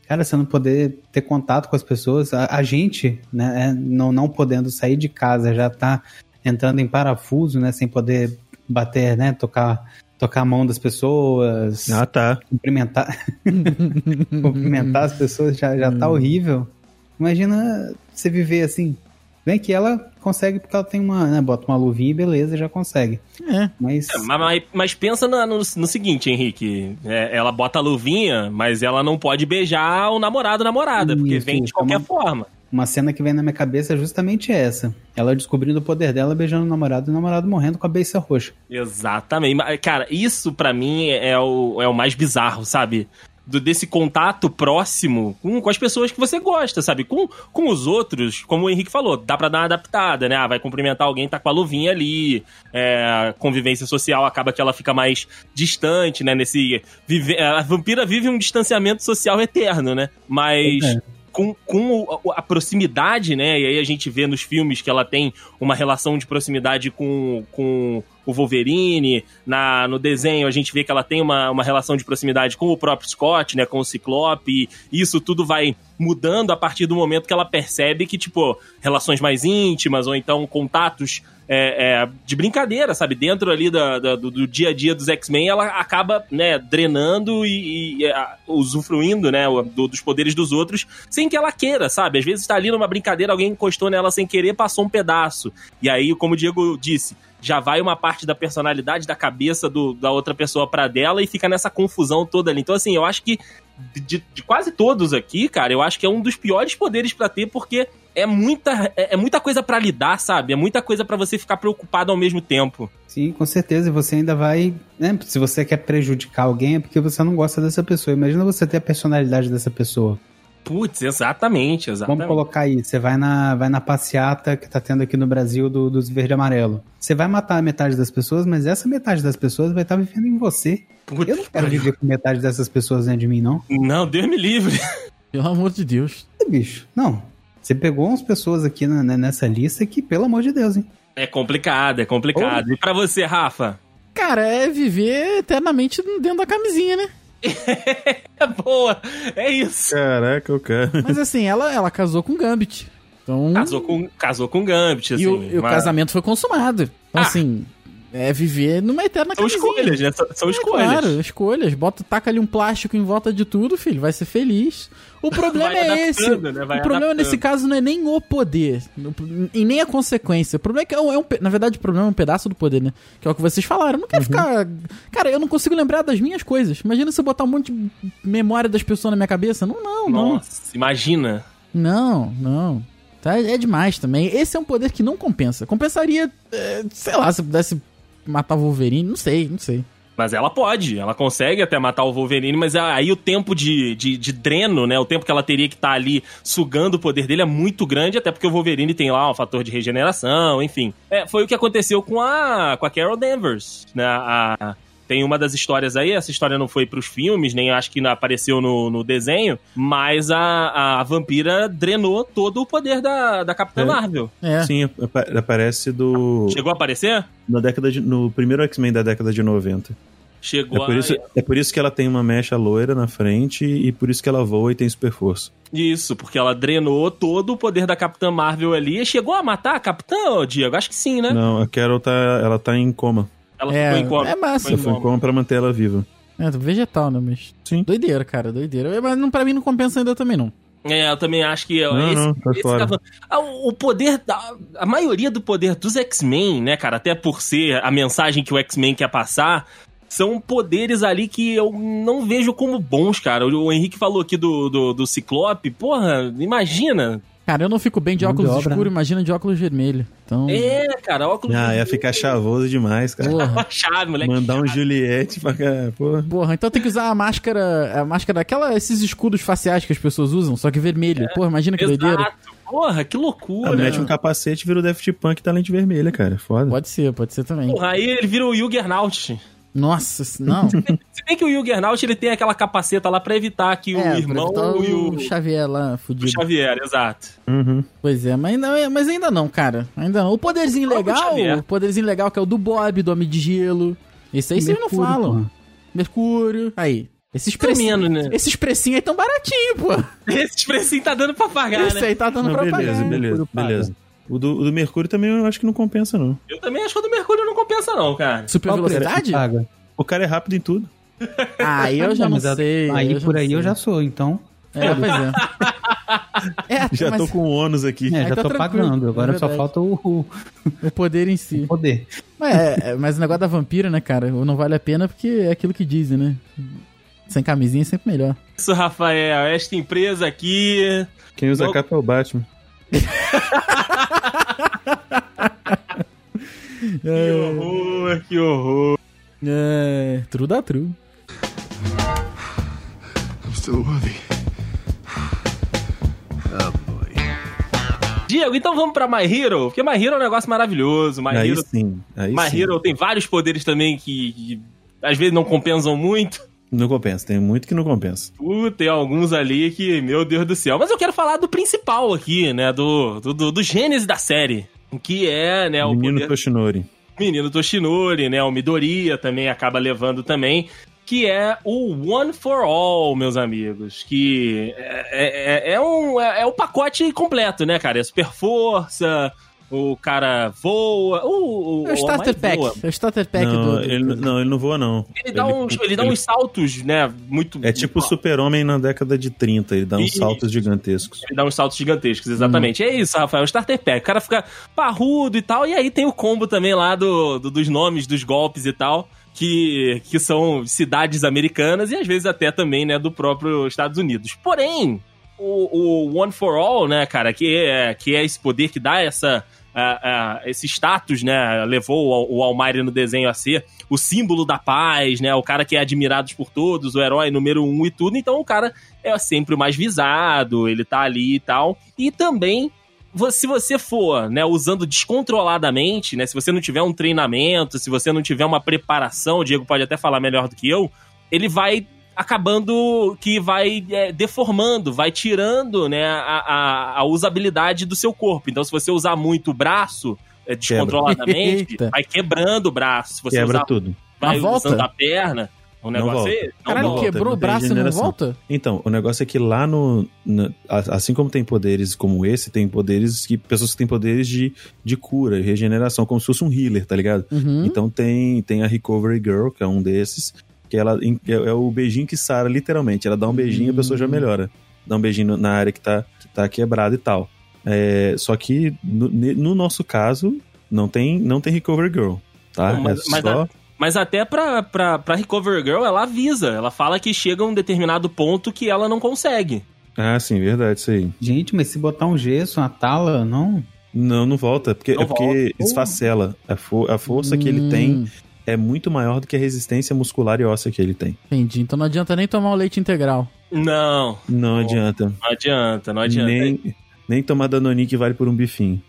S4: Cara, você não poder ter contato com as pessoas, a, a gente, né, é, não, não podendo sair de casa, já tá entrando em parafuso, né, sem poder bater, né, tocar, tocar a mão das pessoas,
S3: Ah, tá.
S4: cumprimentar, cumprimentar as pessoas, já, já tá horrível. Imagina você viver assim. Bem que ela consegue porque ela tem uma, né, bota uma luvinha e beleza, já consegue.
S2: É.
S4: Mas...
S5: É, mas- mas, mas pensa na- no, no seguinte, Henrique. É, ela bota a luvinha, mas ela não pode beijar o namorado ou namorada, porque
S4: Isso,
S5: vem de
S4: isso,
S5: qualquer
S4: é uma-
S5: forma.
S4: Uma cena que vem na minha cabeça é justamente essa. Ela descobrindo o poder dela, beijando o namorado e o namorado morrendo com a beiça roxa.
S5: Exatamente. Mas, Cara, isso pra mim é o, é o mais bizarro, sabe? Do, desse contato próximo com, com as pessoas que você gosta, sabe? Com, com os outros, como o Henrique falou, dá pra dar uma adaptada, né? Ah, vai cumprimentar alguém, tá com a luvinha ali. É, convivência social acaba que ela fica mais distante, né? Nesse. vive- a vampira vive um distanciamento social eterno, né? Mas.
S4: É.
S5: Com, com o- o- a proximidade, né? E aí a gente vê nos filmes que ela tem uma relação de proximidade com, com o Wolverine. Na, no desenho a gente vê que ela tem uma, uma relação de proximidade com o próprio Scott, né? Com o Ciclope. E isso tudo vai mudando a partir do momento que ela percebe que, tipo, relações mais íntimas ou então contatos é, é, de brincadeira, sabe? Dentro ali da- da- do, do dia a dia dos X-Men, ela acaba, né, drenando e, e, é, usufruindo, né, o- do- dos poderes dos outros, sem que ela queira, sabe? Às vezes tá ali numa brincadeira, alguém encostou nela sem querer, passou um pedaço. E aí, como o Diego disse, já vai uma parte da personalidade, da cabeça do- da outra pessoa pra dela e fica nessa confusão toda ali. Então, assim, eu acho que de, de quase todos aqui, cara, eu acho que é um dos piores poderes pra ter, porque é muita, é, é muita coisa pra lidar, sabe? É muita coisa pra você ficar preocupado ao mesmo tempo.
S4: Sim, com certeza. E você ainda vai. Né, se você quer prejudicar alguém, é porque você não gosta dessa pessoa. Imagina você ter a personalidade dessa pessoa.
S5: Putz, exatamente, exatamente.
S4: Vamos colocar aí: você vai na, vai na passeata que tá tendo aqui no Brasil do, dos verde e amarelo. Você vai matar a metade das pessoas, mas essa metade das pessoas vai estar vivendo em você.
S5: Putz,
S4: Eu não quero viver com metade dessas pessoas dentro de mim, não.
S5: Não, Deus me livre.
S2: Pelo amor de Deus.
S4: É, bicho. Não. Você pegou umas pessoas aqui na- na- nessa lista que, pelo amor de Deus, hein?
S5: É complicado, é complicado. E pra você, Rafa?
S2: Cara, é viver eternamente dentro da camisinha, né?
S5: É boa, é isso.
S3: Caraca, o cara.
S2: Mas assim, ela, ela casou com o Gambit. Então.
S5: Casou com, casou com Gambit, assim.
S2: e o, e o
S5: mas-
S2: casamento foi consumado. Então,
S5: Ah.
S2: assim. É viver numa eterna
S5: São
S2: camisinha.
S5: escolhas, né? São- São
S2: É,
S5: escolhas.
S2: Claro, escolhas. Bota, taca ali um plástico em volta de tudo, filho. Vai ser feliz. O problema
S5: Vai
S2: é esse.
S5: adaptando, né? Vai
S2: o problema
S5: adaptando.
S2: nesse caso não é nem o poder. no- E nem a consequência. O problema é que é um, é um pe- Na verdade, o problema é um pedaço do poder, né? Que é o que vocês falaram. Eu não quero
S5: Uhum.
S2: ficar. Cara, eu não consigo lembrar das minhas coisas. Imagina se eu botar um monte de memória das pessoas na minha cabeça. Não, não, não.
S5: Nossa, imagina.
S2: Não, não. Tá, é demais também. Esse é um poder que não compensa. Compensaria, eh, sei lá, se pudesse matar o Wolverine. Não sei, não sei.
S5: Mas ela pode, ela consegue até matar o Wolverine, mas aí o tempo de, de, de dreno, né? O tempo que ela teria que estar ali sugando o poder dele é muito grande, até porque o Wolverine tem lá um fator de regeneração, enfim. É, foi o que aconteceu com a, com a Carol Danvers, né? A- tem uma das histórias aí, essa história não foi pros filmes, nem acho que não apareceu no, no desenho, mas a, a vampira drenou todo o poder da, da Capitã
S3: É.
S5: Marvel.
S2: É.
S3: Sim, apa- aparece do.
S5: Chegou a aparecer?
S3: Na década de- no primeiro X-Men da década de 90. É
S5: Chegou
S3: por,
S5: a...
S3: isso, é por isso que ela tem uma mecha loira na frente e por isso que ela voa e tem super força.
S5: Isso, porque ela drenou todo o poder da Capitã Marvel ali. Chegou a matar a Capitã, ô, Diego? Acho que sim, né?
S3: Não, a Carol tá, ela tá em coma.
S5: Ela
S2: É,
S5: ficou em coma.
S2: é massa.
S5: Ficou em
S3: Ela foi em
S5: coma.
S3: coma pra manter ela viva.
S2: É, vegetal, né? Mas.
S3: Sim.
S2: Doideira, cara, doideira. É, Mas não, pra mim não compensa ainda também, não.
S5: É, eu também acho que... ó,
S3: Não,
S5: esse,
S3: não, tá
S5: esse
S3: fora.
S5: tava- Ah, o o poder... da- A maioria do poder dos X-Men, né, cara? Até por ser a mensagem que o X-Men quer passar... São poderes ali que eu não vejo como bons, cara. O o Henrique falou aqui do, do, do Ciclope. Porra, imagina.
S2: Cara, eu não fico bem de
S4: Mão de
S2: óculos
S4: obra,
S2: escuro,
S4: né?
S2: imagina de óculos vermelho. Então.
S5: É, cara, óculos...
S3: Hum. Ah, ia ficar chavoso demais, cara.
S2: Porra.
S5: Chave, moleque.
S3: Mandar um Juliette pra cá. Pô.
S2: Porra, então tem que usar a máscara. A máscara, aquela, esses escudos faciais que as pessoas usam, só que vermelho. Porra, imagina
S3: um
S2: que doideira.
S5: Exato. Porra, que
S3: Ah,
S5: loucura.
S3: mete um capacete, vira o Daft Punk tá lente vermelha, cara. Foda.
S2: Pode ser, pode ser também.
S5: Porra, aí ele vira o Juggernaut.
S2: Nossa, se- não.
S5: Se bem que o Juggernaut ele tem aquela capaceta lá pra evitar que o
S2: É, pra
S5: irmão
S2: evitar
S5: e o,
S2: o Xavier lá,
S5: o
S2: fudido.
S5: Xavier, exato.
S3: Uhum.
S2: Pois é, mas, não, é- mas ainda não, cara. Ainda não. O poderzinho
S5: O próprio
S2: legal,
S5: Xavier.
S2: o poderzinho legal que é o do Bob, do Homem de Gelo. Esse aí vocês não
S4: Mercúrio,
S2: falam.
S4: pô.
S2: Mercúrio. Aí. Esses
S5: Pelo
S2: precinhos.
S5: menos, né?
S2: Esses precinhos aí tão baratinho, pô.
S5: Esse precinho tá dando pra pagar,
S2: Esse
S5: né?
S2: aí tá dando
S3: Não,
S2: pra
S3: beleza,
S2: pagar.
S3: beleza,
S4: paga.
S3: beleza. O do, o do Mercúrio também eu acho que não compensa, não.
S5: Eu também acho que o do Mercúrio não compensa, não, cara.
S2: Super
S4: Qual o preço que
S2: velocidade?
S4: paga? Ah,
S3: O cara é rápido em tudo.
S2: Aí eu já não
S4: Mas a-
S2: sei.
S4: Aí
S2: eu já
S4: por aí
S2: sei.
S4: eu já sou, então.
S2: É, pois é. É,
S3: Já
S2: mas
S3: tô com ônus aqui.
S4: É,
S2: Aí
S4: já
S2: tá
S4: tô
S2: tranquilo,
S4: pagando. Agora
S2: é
S4: só
S2: verdade.
S4: falta o, o
S2: o poder em si.
S4: poder.
S2: Mas, é, é, mas o negócio da vampira, né, cara? Não vale a pena porque é aquilo que dizem, né? Sem camisinha é sempre melhor.
S5: Isso, Rafael, esta empresa aqui.
S3: Quem usa
S5: Não.
S3: capa é o Batman.
S5: Que horror, que horror.
S2: É, true da true.
S5: Diego, então vamos pra My Hero, porque My Hero é um negócio maravilhoso. My
S3: aí
S5: Hero,
S3: sim. Aí
S5: My
S3: sim.
S5: Hero tem vários poderes também que, que às vezes não compensam muito.
S3: Não compensa, tem muito que não compensa.
S5: Uh, tem alguns ali que, meu Deus do céu. Mas eu quero falar do principal aqui, né? Do, do, do, do gênese da série. Que é, né, o
S3: Menino
S5: poder-
S3: Toshinori.
S5: menino Toshinori, né? O Midoriya também acaba levando também. Que é o One for All, meus amigos. Que é, é, é- é um, é, é o pacote completo, né, cara? É super força, o cara voa. O, o,
S2: É o starter
S5: All Might
S2: pack.
S5: voa.
S2: É o starter pack
S3: não,
S2: do. do-
S3: ele, não, ele não voa, não.
S5: Ele dá, uns, ele dá uns saltos, né? Muito.
S3: É tipo o super-homem na década de 30, ele dá uns
S5: Isso.
S3: saltos gigantescos.
S5: Ele dá uns saltos gigantescos, exatamente. É isso, Rafael, o Starter Pack. O cara fica parrudo e tal, e aí tem o combo também lá do, do- dos nomes, dos golpes e tal, que, que são cidades americanas e às vezes até também, né, do próprio Estados Unidos. Porém, o, o One for All, né, cara, que é, que é esse poder que dá essa... a- a- esse status, né, levou o, o Almighty no desenho a ser o símbolo da paz, né, o cara que é admirado por todos, o herói número um e tudo, então o cara é sempre o mais visado, ele tá ali e tal. E também, vo- se você for, né, usando descontroladamente, né, se você não tiver um treinamento, se você não tiver uma preparação, o Diego pode até falar melhor do que eu, ele vai acabando que vai é, deformando, vai tirando, né, a, a- a usabilidade do seu corpo. Então, se você usar muito o braço é, descontroladamente,
S2: Eita.
S5: vai quebrando o braço. Se você
S3: Quebra
S5: usar
S3: tudo.
S5: vai
S2: Na volta?
S5: usando a perna, O negócio
S3: volta.
S5: é esse. Não
S2: Caralho,
S5: volta.
S3: volta,
S2: quebrou o
S3: não tem
S2: braço e não
S3: regeneração.
S2: volta?
S3: Então, o negócio é que lá no, na- a- Assim como tem poderes como esse, tem poderes que. Pessoas que têm poderes de, de cura, regeneração, como se fosse um healer, tá ligado?
S2: Uhum.
S3: Então tem, tem a Recovery Girl, que é um desses, que ela em- é, é o beijinho que sara, literalmente. Ela dá um beijinho e a pessoa
S5: Hum.
S3: já melhora. Dá um beijinho na área que tá, que tá quebrada e tal. É, só que no, ne- no nosso caso, não tem, não tem Recovery Girl. Tá?
S5: Não, mas-
S3: é
S5: mas
S3: só...
S5: Mas até pra, pra, pra Recover Girl, ela avisa. Ela fala que chega um determinado ponto que ela não consegue.
S3: Ah, sim, verdade, isso aí.
S4: Gente, mas se botar um gesso, uma tala, não.
S3: Não, não volta, porque,
S5: Não
S3: é porque esfacela. A, fo- a força Então, que ele tem
S2: Hum,
S3: é muito maior do que a resistência muscular e óssea que ele tem.
S2: Entendi. Então não adianta nem tomar o leite integral.
S5: Não,
S3: Não
S5: Bom,
S3: adianta.
S5: não adianta, não adianta.
S3: Nem, nem tomar Danone que vale por um bifinho.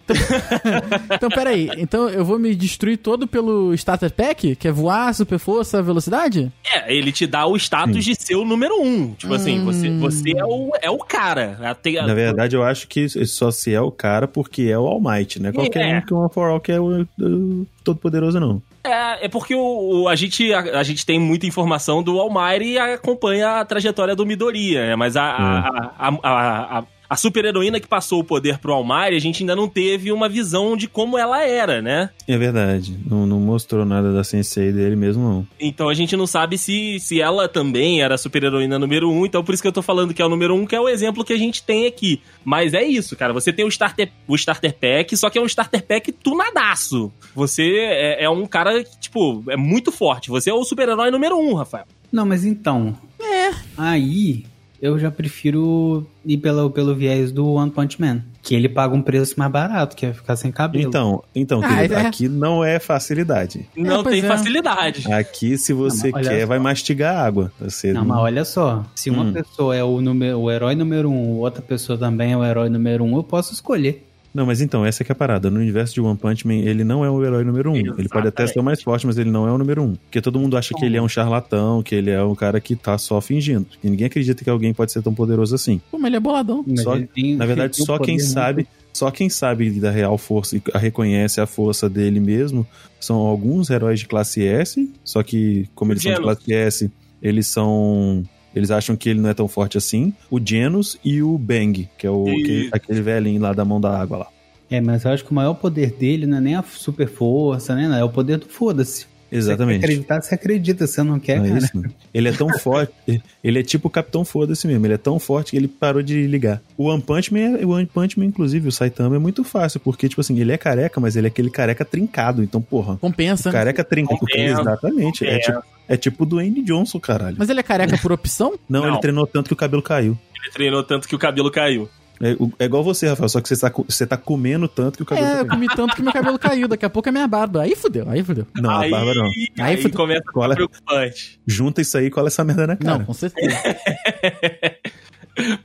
S2: Então, peraí. Então eu vou me destruir todo pelo Starter Pack? Que é voar, super força, velocidade?
S5: É, ele te dá o status de ser o número um. Tipo assim, você, você é, o, é o cara. Tem-
S3: Na verdade, eu acho que isso- só se é o cara porque é o All Might, né? Qualquer
S5: É.
S3: um que é um For All que é o, o Todo-Poderoso, não.
S5: É, é porque o, o- a, gente, a, a gente tem muita informação do Almighty e acompanha a trajetória do Midoriya, né? Mas a, a, a, a, a- a super-heroína que passou o poder pro Almighty, a gente ainda não teve uma visão de como ela era, né?
S3: É verdade. Não, não mostrou nada da sensei dele mesmo, não.
S5: Então a gente não sabe se, se ela também era a super-heroína número um, então por isso que eu tô falando que é o número um, que é o exemplo que a gente tem aqui. Mas é isso, cara. Você tem o starter, o starter pack, só que é um starter pack tunadaço. Você é, é um cara que, tipo, é muito forte. Você é o super-herói número um, Rafael.
S4: Não, mas então. É. Aí eu já prefiro ir pelo, pelo viés do One Punch Man. Que ele paga um preço mais barato, que é ficar sem cabelo.
S3: Então, então
S2: Ah,
S3: querido,
S2: é.
S3: aqui não é facilidade.
S5: Não
S2: É, pois
S5: tem
S2: é.
S5: facilidade.
S3: Aqui, se você
S4: Não, mas olha
S3: quer,
S4: só.
S3: vai mastigar água. Você
S4: Não, mas olha só. Se uma
S3: Hum.
S4: pessoa é o, número, o herói número um, outra pessoa também é o herói número um, eu posso escolher.
S3: Não, mas então, essa que é a parada. No universo de One Punch Man, ele não é o herói número um. Ele pode até ser o mais forte, mas ele não é o número um. Porque todo mundo acha que ele é um charlatão, que ele é um cara que tá só fingindo. E ninguém acredita que alguém pode ser tão poderoso assim.
S2: Pô, mas ele é boladão.
S4: Mas
S3: Só-
S4: ele tem-
S3: Na verdade,
S4: tem um
S3: só quem
S4: poder
S3: sabe, só quem sabe da real força e a reconhece a força dele mesmo são alguns heróis de classe S, só que como eles são de
S5: Genos.
S3: classe S, eles são eles acham que ele não é tão forte assim, o Genos e o Bang, que é o que-
S5: Isso.
S3: aquele velhinho lá da mão da água lá.
S4: É, mas eu acho que o maior poder dele não é nem a super força, né? É o poder do foda-se. Se
S3: Exatamente.
S4: acreditar, você acredita. Se não quer,
S3: Não é
S4: cara.
S3: isso, não. Ele é tão forte, ele é tipo o Capitão Foda-se mesmo, ele é tão forte que ele parou de ligar. O One Punch Man, é- o One Punch Man, inclusive, o Saitama é muito fácil, porque, tipo assim, ele é careca, mas ele é aquele careca trincado, então, porra,
S2: Compensa.
S3: careca trincado,
S5: Compensa,
S3: exatamente, é
S5: compensa.
S3: tipo, é tipo o Dwayne Johnson, caralho.
S2: Mas ele é careca por opção?
S3: Não,
S5: Não.
S3: ele treinou tanto que o cabelo caiu.
S5: Ele treinou tanto que o cabelo caiu.
S3: É, o- é igual você, Rafael, só que você tá, co- você tá comendo tanto que o cabelo
S2: É, eu
S3: caiu.
S2: comi tanto que meu cabelo caiu. Daqui a pouco é minha barba. Aí fudeu, aí fudeu.
S3: Não, a
S5: aí,
S3: barba não.
S5: Aí,
S2: Aí fudeu.
S5: começa a
S3: Cola-
S5: ficar preocupante.
S3: Junta isso aí e cola essa merda na cara.
S2: Não, com certeza.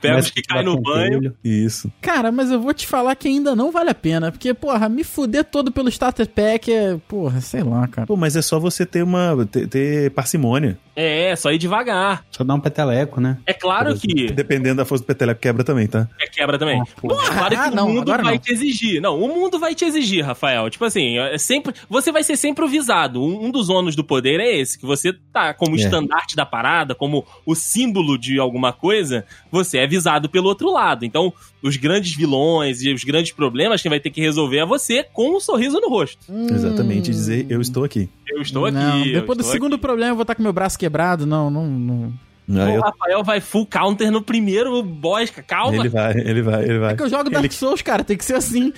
S5: Pega
S4: Começa
S5: os que
S4: a
S5: caem no
S4: tirar
S5: banho.
S4: tá controle.
S3: Isso.
S2: Cara, mas eu vou te falar que ainda não vale a pena. Porque, porra, me fuder todo pelo starter pack é. Porra, sei lá, cara.
S3: Pô, mas é só você ter uma, ter- ter parcimônia.
S5: É, é só ir devagar.
S4: Só dá um peteleco, né?
S5: É claro que
S3: Dependendo da força do peteleco, quebra também, tá?
S5: é quebra também.
S2: Porra,
S5: Claro que
S2: ah, não,
S5: o mundo
S2: agora
S5: vai
S2: não.
S5: te exigir. Não, o mundo vai te exigir, Rafael. Tipo assim, é sempre, você vai ser sempre o visado. Um, um dos ônus do poder é esse, que você tá como
S3: É.
S5: estandarte da parada, como o símbolo de alguma coisa, você é visado pelo outro lado. Então, os grandes vilões e os grandes problemas quem vai ter que resolver é você com um sorriso no rosto.
S3: Exatamente,
S2: Hum.
S3: dizer eu estou aqui.
S5: Eu estou aqui.
S2: Não,
S5: eu
S2: depois do
S5: estou
S2: segundo problema eu vou estar com meu braço quebrado. Não, não. não.
S3: Aí
S5: O
S3: Ah, eu-
S5: Rafael vai full counter no primeiro boss, cara. calma.
S3: ele vai, ele vai, ele vai.
S2: É que eu jogo Dark Souls, cara, tem que ser assim.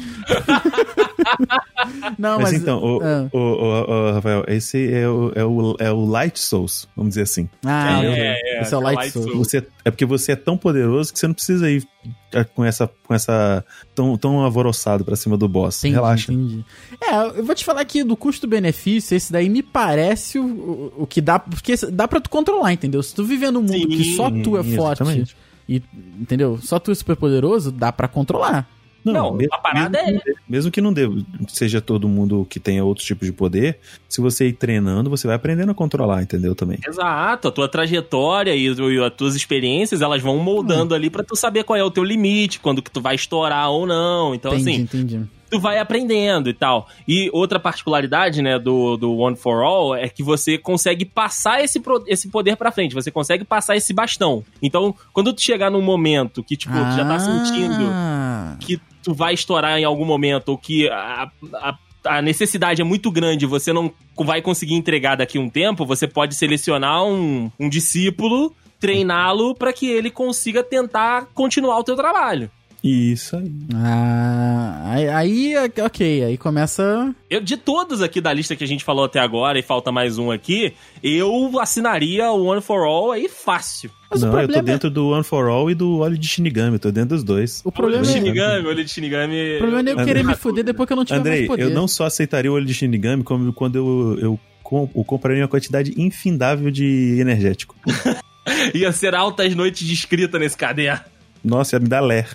S2: não, mas.
S3: mas, então, o,
S2: ah.
S3: o- o- o- Rafael, esse é o, é, o, é o Light Souls, vamos dizer assim.
S2: Ah,
S3: É,
S5: é,
S2: esse é o Light, Souls.
S3: Você, é porque você é tão poderoso que você não precisa ir é, com essa, com essa tão, tão alvoroçado pra cima do boss.
S2: Entendi,
S3: Relaxa.
S2: entendi. É, eu vou te falar que do custo-benefício, esse daí me parece o, o- o que dá. Porque esse- dá pra tu controlar, entendeu? Se tu viver num mundo que só tu é
S3: Sim,
S2: forte,
S3: exatamente.
S2: e, entendeu? Só tu é super poderoso, dá pra controlar.
S5: Não,
S3: me-
S5: a parada é.
S3: mesmo que não dê, seja todo mundo que tenha outros tipos de poder, se você ir treinando, você vai aprendendo a controlar, entendeu? Também.
S5: Exato, a tua trajetória e, e as tuas experiências, elas vão
S2: Hum.
S5: moldando ali pra tu saber qual é o teu limite, quando que tu vai estourar ou não. Então,
S2: entendi,
S5: assim,
S2: entendi.
S5: tu tu vai aprendendo e tal. E outra particularidade, né, do, do One for All é que você consegue passar esse, pro- esse poder pra frente, você consegue passar esse bastão. Então, quando tu chegar num momento que, tipo, tu já tá sentindo
S2: Ah.
S5: que tu vai estourar em algum momento, ou que a, a, a necessidade é muito grande, e você não vai conseguir entregar daqui a um tempo, você pode selecionar um, um discípulo, treiná-lo para que ele consiga tentar continuar o teu trabalho.
S3: Isso aí.
S2: Ah, aí- aí, ok, aí começa.
S5: Eu, de todos aqui da lista que a gente falou até agora, e falta mais um aqui, eu assinaria o One for All aí fácil.
S2: Mas o
S3: não, eu tô
S2: problema é-
S3: dentro do One for All e do óleo de Shinigami, eu tô dentro dos dois.
S2: O problema
S5: olho de
S2: é.
S5: Shinigami, olho de Shinigami.
S2: O problema é eu
S3: Andrei.
S2: querer me fuder depois que eu não tiver
S3: Andrei,
S2: mais poder.
S3: eu não só aceitaria o óleo de Shinigami, como quando eu, eu, com- eu compraria uma quantidade infindável de energético.
S5: Ia ser altas noites de escrita nesse caderno.
S3: Nossa, ia me dar ler.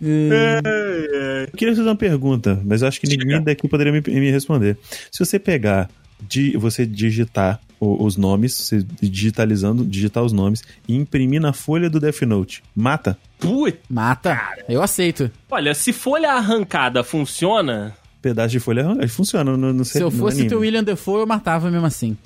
S3: Eu queria fazer uma pergunta, mas eu acho que ninguém daqui poderia me, me responder. Se você pegar, de, você digitar o- os nomes, você digitalizando, digitar os nomes e imprimir na folha do Death Note, mata?
S5: Putz.
S2: Mata. Eu aceito.
S5: Olha, se folha arrancada funciona,
S3: Pedaço de folha arran- funciona, não, não sei.
S2: Se eu
S3: no
S2: fosse
S3: anime.
S2: teu William Defoe, eu matava mesmo assim.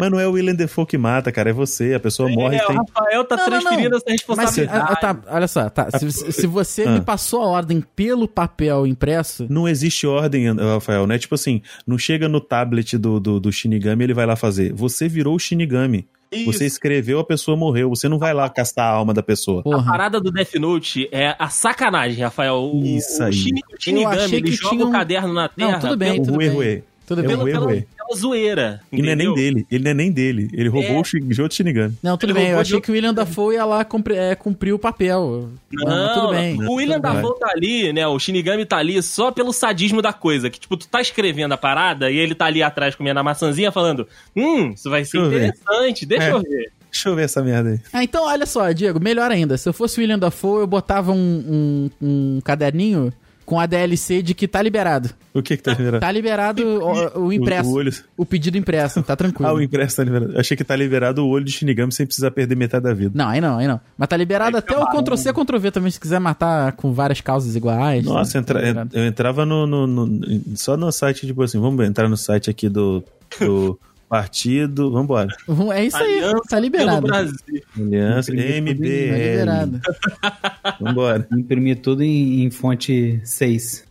S3: Mas não é o William Defoe que mata, cara, é você. A pessoa morre.
S5: É, o
S3: Tem...
S5: Rafael tá
S2: Não, não,
S5: transferindo
S2: não.
S5: essa
S2: Mas se,
S5: responsabilidade.
S2: ah, tá, olha só, tá. Se, se você
S3: Ah.
S2: me passou a ordem pelo papel impresso,
S3: Não existe ordem, And- Rafael, né? Tipo assim, não chega no tablet do, do, do Shinigami ele vai lá fazer. Você virou o Shinigami.
S5: Isso.
S3: Você escreveu, a pessoa morreu. Você não vai lá castar a alma da pessoa.
S5: A
S2: porra.
S5: parada do Death Note é a sacanagem, Rafael. O,
S3: Isso
S5: o
S3: aí.
S5: Shini- o Shinigami,
S2: Eu achei
S5: ele
S2: que
S5: joga
S2: tinha um-
S5: o caderno na terra
S2: Não, tudo bem,
S3: O
S2: tudo
S3: Rue
S2: bem.
S3: Rue.
S5: Ah,
S2: Tudo
S3: É
S2: bem.
S3: um
S5: Pelo,
S3: erro,
S5: pela,
S3: é.
S5: pela zoeira.
S3: E não é nem
S5: entendeu?
S3: dele. Ele não é nem dele. Ele roubou
S5: É.
S3: o Shin- Joe Shinigami.
S2: Não, tudo
S5: Ele
S2: bem. Eu
S5: roubou
S2: achei
S5: de-
S2: que o William Dafoe ia lá cumpri- é, cumpriu o papel.
S5: Não, tipo,
S2: mas tudo bem.
S5: O William
S3: Tudo bem.
S5: Dafoe tá ali, né? O Shinigami tá ali só pelo sadismo da coisa. Que, tipo, tu tá escrevendo a parada e ele tá ali atrás comendo a maçãzinha falando: Hum, isso vai ser
S3: Deixa eu ver.
S5: interessante, deixa
S3: É.
S5: eu ver.
S3: Deixa eu ver essa merda aí.
S2: Ah, então, olha só, Diego, melhor ainda. Se eu fosse o William Dafoe, eu botava um, um, um caderninho com a DLC de que tá liberado.
S3: O que que tá liberado?
S2: Tá liberado o, o impresso.
S3: O,
S2: O,
S3: olho...
S2: pedido impresso, tá tranquilo.
S3: Ah, o impresso tá liberado. Achei que tá liberado o olho de Shinigami sem precisar perder metade da vida.
S2: Não, aí não, aí não. Mas tá liberado até o Ctrl-C, Ctrl-V também, se quiser matar com várias causas iguais.
S3: Nossa,
S2: tá
S3: entra- é,
S2: liberado.
S3: eu entrava no, no- no- só no site, tipo assim, vamos entrar no site aqui do, do partido, vambora.
S2: Uhum, É isso aí,
S5: Aliança
S2: tá
S5: Pelo
S2: liberado. Tá
S5: Brasil.
S3: Aliança,
S5: é
S2: liberado.
S3: MBL, vambora.
S4: Imprimir tudo em, em fonte 6.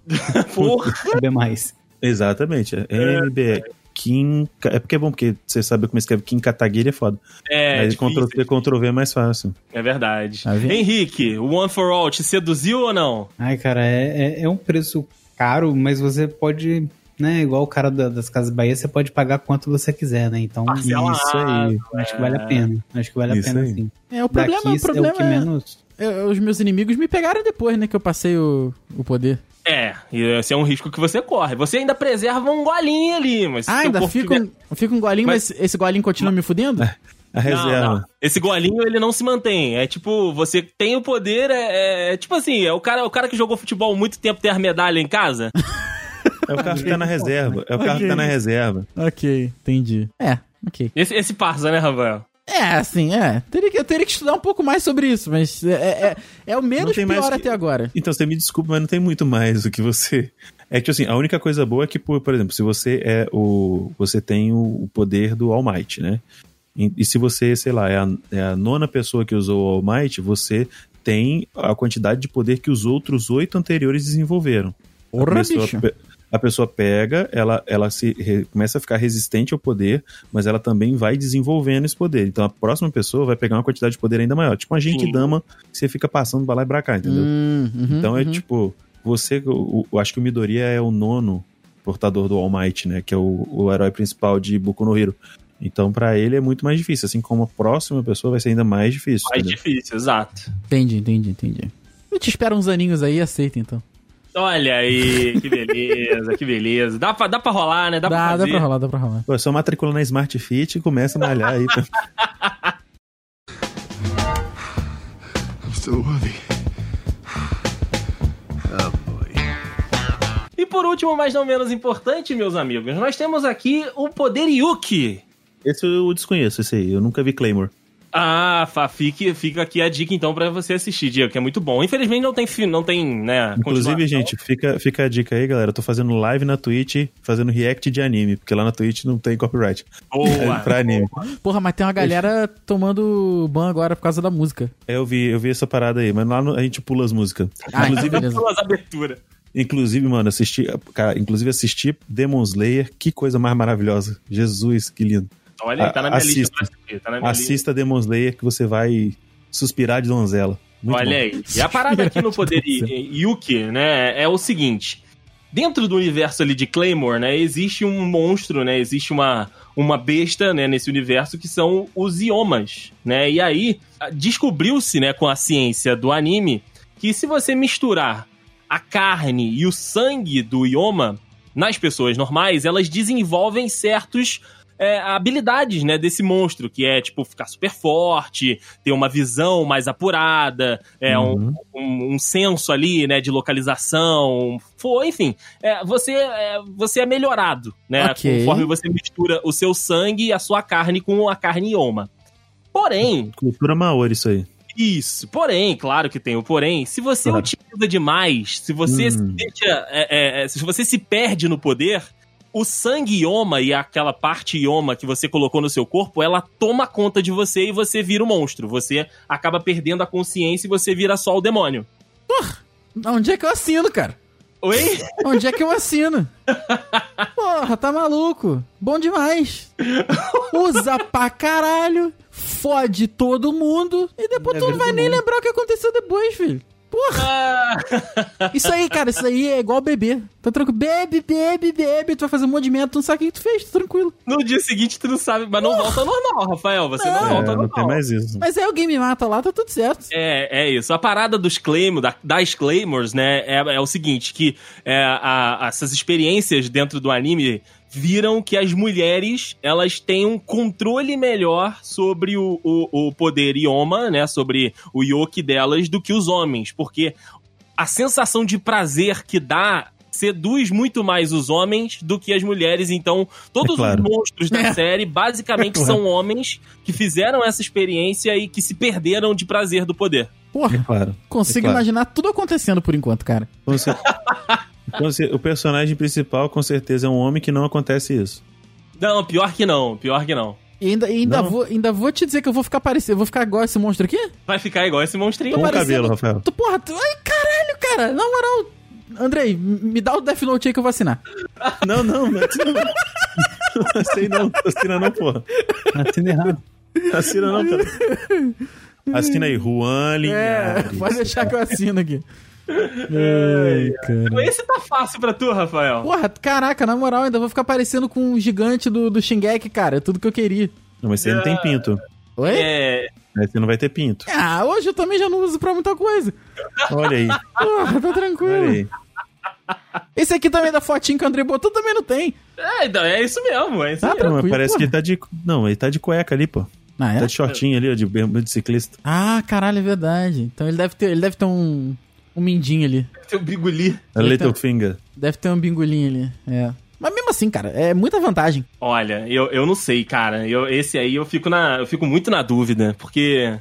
S5: Porra.
S4: Saber mais.
S3: Exatamente, é MBL. Kim, Ka- é porque é bom, porque você sabe como escreve Kim Kataguiri é foda.
S5: É,
S3: Aí
S5: difícil.
S3: Ctrl-C, Ctrl-V é mais fácil.
S5: É verdade.
S2: Tá vendo?
S5: Henrique, o One for All te seduziu ou não?
S4: Ai, cara, é, é, é um preço caro, mas você pode, né? Igual o cara da- das Casas Bahia, você pode pagar quanto você quiser, né? Então,
S5: Parcelado,
S4: isso aí. Acho que
S5: né?
S4: vale a pena. Acho que vale
S3: Isso
S4: a pena,
S3: aí.
S4: sim.
S2: É, o problema,
S4: Daqui
S2: o problema
S4: é o que
S2: é-
S4: menos.
S2: é- os meus inimigos me pegaram depois, né, que eu passei o, o poder.
S5: É, e esse é um risco que você corre. Você ainda preserva um golinho ali, mas. se
S2: Ah,
S5: seu
S2: ainda
S5: corpo
S2: fica
S5: tiver-
S2: um, fica um golinho, mas, esse golinho continua me fudendo?
S3: A
S5: Não,
S3: reserva.
S5: não. Esse golinho ele não se mantém. É tipo, você tem o poder, é, é- tipo assim, é o cara, o cara que jogou futebol muito tempo tem a medalha em casa.
S3: É o carro que tá na reserva. É o carro que tá na reserva.
S2: Ok, entendi. É, ok.
S5: Esse, esse parça, né, Rafael?
S2: É, assim, é. Teria que, eu teria que estudar um pouco mais sobre isso, mas é, é, é o menos
S3: Não tem mais
S2: pior
S3: que-
S2: até agora.
S3: Então, você me desculpa, mas não tem muito mais o que você. É que assim, a única coisa boa é que, por, por exemplo, se você é o. Você tem o, o poder do All Might, né? E, e se você, sei lá, é a, é a nona pessoa que usou o All Might, você tem a quantidade de poder que os outros oito anteriores desenvolveram.
S2: Porra,
S3: a pessoa,
S2: bicho.
S3: pe- a pessoa pega, ela, ela se re- começa a ficar resistente ao poder, mas ela também vai desenvolvendo esse poder. Então a próxima pessoa vai pegar uma quantidade de poder ainda maior. Tipo uma gente
S5: Sim.
S3: dama que você fica passando pra lá e pra cá, entendeu?
S2: Hum, uhum,
S3: Então é
S2: uhum.
S3: tipo, você. o- o- Eu acho que o Midoriya é o nono portador do All Might, né? Que é o, o herói principal de Boku no Hero. Então, pra ele é muito mais difícil. Assim como a próxima pessoa vai ser ainda mais difícil.
S5: Mais
S3: entendeu?
S5: difícil, exato.
S2: Entendi, entendi, entendi. Eu te espero uns aninhos aí e aceita, então.
S5: Olha aí, que beleza, que beleza. Dá pra, dá pra rolar, né? Dá,
S2: Dá,
S5: pra
S2: dá
S5: fazer.
S2: pra rolar, dá pra rolar.
S3: Pô, é só matricula na Smart Fit e começa a malhar aí.
S5: E por último, mas não menos importante, meus amigos, nós temos aqui o poder Yuki.
S3: Esse eu desconheço, esse aí. Eu nunca vi Claymore.
S5: Ah, Fá, fique- fica aqui a dica então pra você assistir, Diego, que é muito bom. Infelizmente não tem, fi- não tem, né?
S3: Inclusive,
S5: continuação.
S2: então?
S3: gente, fica, fica a dica aí, galera. Eu tô fazendo live na Twitch, fazendo react de anime, porque lá na Twitch não tem copyright
S5: Boa.
S3: pra anime.
S2: Porra, mas tem uma galera tomando ban agora por causa da música.
S3: É, Eu vi, eu vi essa parada aí, mas lá no- a gente pula as músicas.
S2: Ah, então
S3: inclusive,
S2: beleza.
S5: Pelas aberturas.
S3: inclusive, mano, assisti, cara, inclusive assisti Demon Slayer, que coisa mais maravilhosa. Jesus, que lindo.
S5: Olha, tá na minha lista
S3: Assista.
S5: pra assistir. Tá na minha lista.
S3: Assista Demon Slayer que você vai suspirar de donzela. Muito
S5: Olha
S3: bom.
S5: aí. E a parada aqui no poder i- Yuki, né, é o seguinte. Dentro do universo ali de Claymore, né, existe um monstro, né, existe uma, uma besta, né, nesse universo que são os iomas, né? E aí a- descobriu-se, né, com a ciência do anime que se você misturar a carne e o sangue do ioma nas pessoas normais, elas desenvolvem certos é, habilidades, né, desse monstro, que é tipo ficar super forte, ter uma visão mais apurada, é um
S3: Uhum.
S5: um, um senso ali, né, de localização, for, enfim, é, você, é, você é melhorado, né,
S2: Ok.
S5: conforme você mistura o seu sangue e a sua carne com a carne ioma. Porém,
S3: Cultura Maori, isso aí.
S5: isso, porém, claro que tem o porém, se você
S3: Claro.
S5: utiliza demais, se você
S3: Hum.
S5: se deixa, é, é, é, se você se perde no poder, o sangue ioma e aquela parte ioma que você colocou no seu corpo, ela toma conta de você e você vira um monstro. Você acaba perdendo a consciência e você vira só o demônio.
S2: Onde é que eu assino, cara?
S5: Oi?
S2: Onde é que eu assino? Porra, tá maluco. Bom demais. Usa pra caralho, fode todo mundo e
S3: É
S2: depois tu
S4: Lembra
S2: não vai
S4: do
S2: nem
S4: mundo.
S2: lembrar o que aconteceu depois, filho. Porra,
S5: Ah,
S2: isso aí, cara, isso aí é igual beber. Tá tranquilo. Bebe, bebe, bebe. Tu vai fazer um monte de merda, tu não sabe o que tu fez, tá tranquilo.
S5: no dia seguinte tu não sabe, mas não volta ao normal, Rafael. Você não,
S2: Não. tá
S5: volta
S3: É,
S5: ao
S3: não
S5: normal.
S3: tem mais isso.
S2: Mas aí alguém me mata lá, tá tudo certo.
S5: É, é isso. A parada dos claim, da- das claimers, né, é, é o seguinte, que é, a- a- essas experiências dentro do anime viram que as mulheres, elas têm um controle melhor sobre o, o, o poder Ioma, né, sobre o Yoki delas, do que os homens, porque a sensação de prazer que dá seduz muito mais os homens do que as mulheres, então todos
S3: É claro.
S5: os monstros da
S2: É.
S5: série basicamente
S3: É claro.
S5: são homens que fizeram essa experiência e que se perderam de prazer do poder.
S2: Porra,
S3: É claro.
S2: consigo
S3: é claro.
S2: imaginar tudo acontecendo por enquanto, cara.
S3: Com cer- com cer- o personagem principal, com certeza, é um homem que não acontece isso.
S5: Não, pior que não, pior que não.
S2: E ainda, e ainda,
S3: Não.
S2: vou, ainda vou te dizer que eu vou ficar parecido. Eu vou ficar igual esse monstro aqui?
S5: Vai ficar igual esse monstrinho.
S2: Tô
S3: Com o
S2: parecendo-
S3: cabelo, Rafael.
S2: Tu, porra, tu, ai, caralho, cara. Na moral, Andrei, me dá o Death Note aí que eu vou assinar.
S3: Não, não, não. Não sei não. Assina não, porra.
S4: Assina errado.
S3: Assina não, cara. Assina aí, Juan
S2: É,
S3: Linhares.
S2: pode deixar que eu assino aqui. Ai, cara.
S5: Esse tá fácil pra tu, Rafael.
S2: Porra, caraca, na moral, ainda vou ficar parecendo com um gigante do, do Shingeki, cara. É tudo que eu queria.
S3: Não, mas você não
S5: Ah.
S3: tem pinto.
S2: Oi?
S5: É,
S3: Aí você não vai ter pinto.
S2: Ah, hoje eu também já não uso pra muita coisa.
S3: Olha aí,
S2: Porra, tá
S3: olha
S2: tranquilo.
S3: aí.
S2: Esse aqui também é da fotinho que o Andrei botou também não tem.
S5: é, então, é isso mesmo, é isso
S2: Ah,
S5: mesmo.
S3: Não, mas
S2: Tranquilo,
S3: parece
S2: porra.
S3: que ele tá de. Não, ele tá de cueca ali, pô.
S2: Ah,
S3: Tá
S2: é?
S3: de shortinho ali, ó, de bermuda de ciclista.
S2: Ah, caralho, é verdade. Então ele deve ter, ele deve ter um, um mindinho ali.
S5: Teu bigoli.
S3: A
S2: tá-
S3: Little Finger.
S2: Deve ter um bingolinho ali. É. Mas mesmo assim, cara, é muita vantagem.
S5: Tá Olha, eu, eu não sei, cara. Eu, esse aí eu fico, na, eu fico muito na dúvida, porque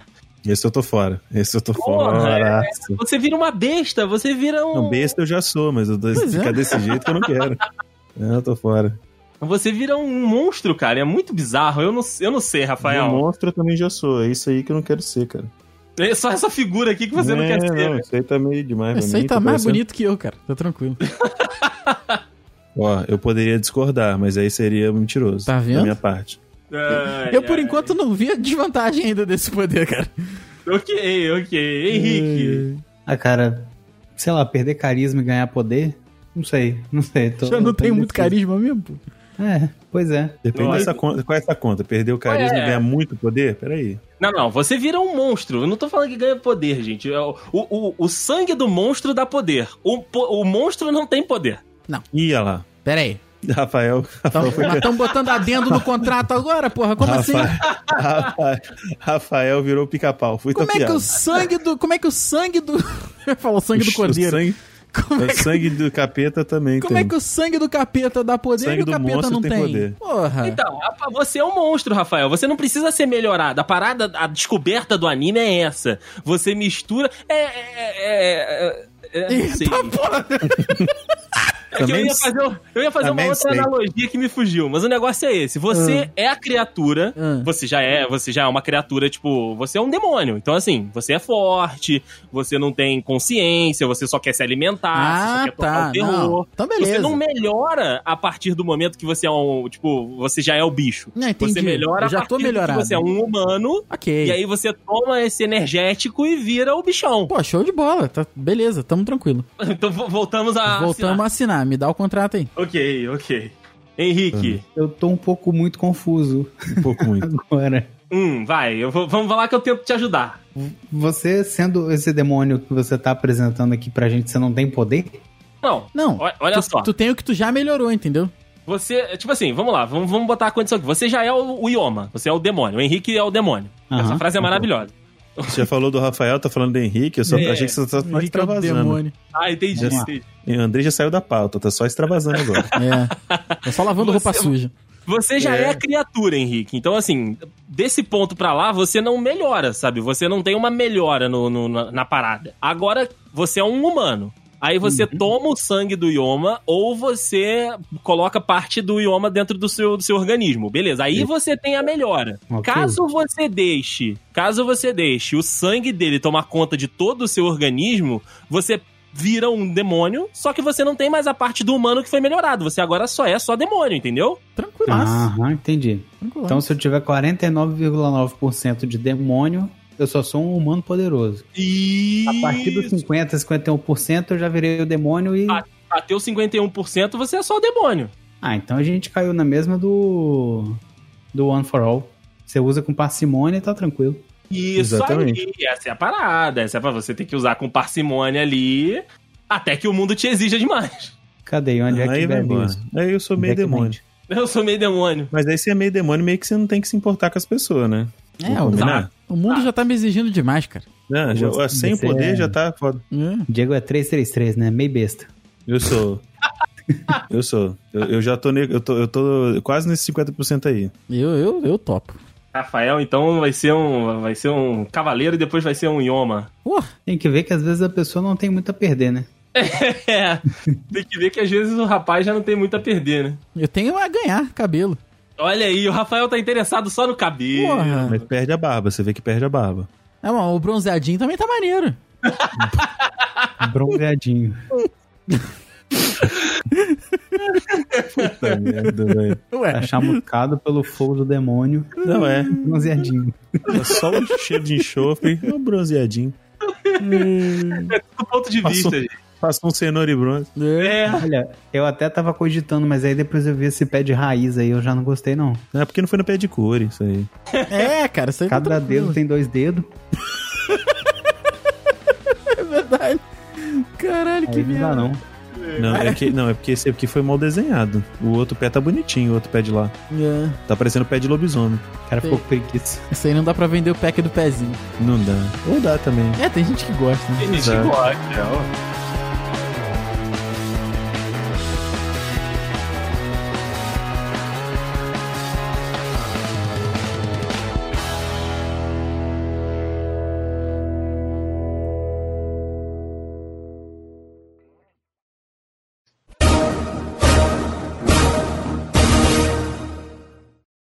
S3: Esse eu tô fora. Esse eu tô
S5: Porra, é,
S3: fora.
S5: você vira uma besta, você vira um.
S3: Não, besta eu já sou, mas eu tô,
S2: Pois é.
S3: ficar desse jeito que eu não quero. É, Eu tô fora.
S5: Você vira um monstro, cara. É muito bizarro. Eu não, eu não sei,
S3: Um
S5: Rafael.
S3: monstro eu também já sou. É isso aí que eu não quero ser, cara.
S5: É só essa figura aqui que você não
S3: É,
S5: quer ser. né?
S3: não, isso aí tá meio demais. pra
S2: Esse aí
S3: mim,
S2: tá mais
S3: parecendo-
S2: bonito que eu, cara. Tá tranquilo.
S3: Ó, eu poderia discordar, mas aí seria mentiroso.
S2: Tá vendo?
S3: Da minha parte.
S5: Ai,
S2: Eu, por
S5: ai.
S2: enquanto, não vi a desvantagem ainda desse poder, cara.
S3: Então
S5: Ok, ok. Henrique.
S4: Ah, cara, sei lá, perder carisma e ganhar poder? Não sei, não sei. Tô,
S2: Já não
S4: tô
S2: tenho muito
S4: indeciso.
S2: carisma mesmo, pô.
S4: É, pois é.
S3: Depende
S5: Não,
S3: dessa conta. Qual é essa conta? Perder o carisma
S5: É.
S3: e ganhar muito poder? Peraí.
S5: Não, não, você vira um monstro. Eu não tô falando que ganha poder, gente. É O, o, o- o sangue do monstro dá poder. O, po- o monstro não tem poder.
S3: Ih, olha lá.
S2: Pera aí.
S3: Rafael. Rafael foi
S2: Estão botando adendo no contrato agora, porra? Como Então, assim?
S3: Rafael, Rafael, Rafael
S2: é
S3: virou pica-pau. Foi
S2: Como é que o sangue do. Como é que o sangue do. Falou sangue do cordeiro.
S3: sangue, tá
S2: Como é
S3: O
S2: que,
S3: sangue do capeta também
S2: como
S3: tem.
S2: é que o sangue do capeta dá poder
S3: Sangue
S2: e o
S3: do
S2: capeta
S3: monstro
S2: não tem?
S3: tem poder.
S2: Porra.
S5: Então, Rafa, você é um monstro, Rafael. Você não precisa ser melhorado. A parada, a descoberta do anime é essa. Você mistura. É. é, é, é, é, não sei.
S2: Eita, tá porra.
S5: É que eu
S3: Também-
S5: ia fazer, um- eu ia fazer uma
S3: também
S5: outra
S3: sei. Ah.
S5: analogia que me fugiu, mas o negócio é esse. Você é a criatura,
S2: Hum.
S5: você já é, você já é uma criatura, tipo, você é um demônio. Então, assim, você é forte, você não tem consciência, você só quer se alimentar, você só
S2: Ah,
S5: quer tocar
S2: tá.
S5: o terror.
S2: Não. Então, beleza.
S5: Você não melhora a partir do momento que você é um, tipo, você já é o bicho.
S2: Não, entendi.
S5: Você melhora
S2: Eu já
S5: a
S2: tô
S5: partir do que
S2: melhorado.
S5: você é um humano,
S2: Ok.
S5: e aí você toma esse energético e vira o bichão.
S2: Pô, show de bola. Tá... Beleza, tamo tranquilo.
S5: Então vo- voltamos a
S2: Voltamos a assinar. Me dá o contrato aí.
S5: Ok, ok. Henrique,
S4: Eu tô um pouco muito confuso
S3: Um pouco muito.
S4: agora.
S2: Uhum.
S5: hum, vai, eu vou- vamos lá que eu tento te ajudar.
S4: Você, sendo esse demônio que você tá apresentando aqui pra gente, você não tem poder?
S5: Não,
S2: Não.
S5: o- olha
S2: tu,
S5: só,
S2: Tu tem o que tu já melhorou, entendeu?
S5: você, tipo assim, vamos lá, vamos, vamos botar a condição aqui. Você já é o, o Ioma, você é o demônio, o Henrique é o demônio. Essa
S4: Aham.
S5: frase é maravilhosa.
S3: Você já falou do Rafael, tá falando do Henrique, eu só
S5: É.
S3: achei que você tá só
S2: Henrique é o
S3: extravasando.
S2: demônio.
S5: Ah, entendi,
S4: Vamos lá.
S5: entendi.
S3: E o Andrei já saiu da pauta, tá só extravasando agora.
S2: É. Tô só lavando
S5: Você-
S2: roupa
S5: um
S2: suja.
S5: Você já é. a criatura, Henrique. Então, assim, desse ponto pra lá, você não melhora, sabe? Você não tem uma melhora no- no- na, na parada. Agora, você é um humano. Aí você toma o sangue do Ioma ou você coloca parte do Ioma dentro do seu, do seu organismo. Beleza, aí você tem a melhora.
S4: Ok.
S5: Caso você deixe, caso você deixe o sangue dele tomar conta de todo o seu organismo, você vira um demônio, só que você não tem mais a parte do humano que foi melhorado. Você agora só é só demônio, entendeu?
S2: Tranquilaço.
S4: Aham, entendi.
S2: Tranquilaço.
S4: Então, se eu tiver 49,9% de demônio, eu só sou um humano poderoso.
S5: E
S4: A partir dos 50, 51%, eu já virei o demônio e.
S5: Ah. bateu 51%, você é só demônio.
S4: Ah, então a gente caiu na mesma do. Do One for All. Você usa com parcimônia e tá tranquilo.
S5: Isso
S3: Exatamente.
S5: aí, essa é a parada. Essa é pra você ter que usar com parcimônia ali, até que o mundo te exija demais.
S4: Cadê? Onde é
S3: aí vai
S4: que bebe
S3: embora.
S4: isso?
S3: Aí eu sou meio
S4: Onde é que
S3: demônio.
S4: vende?
S5: Eu sou meio demônio.
S3: Mas aí você é meio demônio, meio que você não tem que se importar com as pessoas, né?
S4: então
S2: É,
S3: Vamos
S2: o,
S3: combinar?
S2: o mundo já tá me exigindo demais, cara.
S3: Não, já-
S4: Você-
S3: sem o poder
S4: você é-
S3: já tá foda.
S2: É.
S4: Diego é 333, né? Meio besta.
S3: Eu sou. Eu sou. Eu, eu já tô, ne- eu tô. Eu tô quase nesse 50% aí.
S2: Eu, eu, eu topo.
S5: Rafael, então, vai ser um, vai ser um cavaleiro e depois vai ser um ioma.
S2: Porra.
S4: Tem que ver que às vezes a pessoa não tem muito a perder, né?
S5: É, tem que ver que às vezes o rapaz já não tem muito a perder, né?
S2: Eu tenho a ganhar cabelo.
S5: Olha aí, o Rafael tá interessado só no cabelo.
S2: Porra.
S3: Mas perde a barba, você vê que perde a barba.
S2: É, mano, o bronzeadinho também tá maneiro.
S4: Bronzeadinho.
S3: Puta merda, velho.
S2: Ué.
S4: Tá chamuscado pelo fogo do demônio.
S3: Não é.
S4: Bronzeadinho.
S3: É só o cheiro de enxofre, é um bronzeadinho.
S5: Do ponto de
S3: Passou.
S5: vista, gente.
S3: Passa um cenoura e bronze.
S2: É.
S5: É,
S4: Olha, eu até tava cogitando, mas aí depois eu vi esse pé de raiz aí, eu já não gostei, não.
S3: É porque não foi no pé de cor, isso aí.
S2: É, cara, isso aí tá
S4: Cada
S2: tranquilo.
S4: dedo tem dois dedos.
S2: É verdade. Caralho, que
S4: Aí não dá,
S2: merda.
S4: não.
S3: Não, é, que, não, é porque esse aqui foi mal desenhado. O outro pé tá bonitinho, o outro pé de lá.
S2: É.
S3: Tá parecendo o pé de lobisomem.
S4: O cara ficou com preguiça.
S2: Isso aí não dá pra vender o pack do pezinho.
S3: Não dá. Ou dá também.
S2: É, tem gente que gosta. Né?
S5: tem gente que
S3: Exato.
S5: gosta.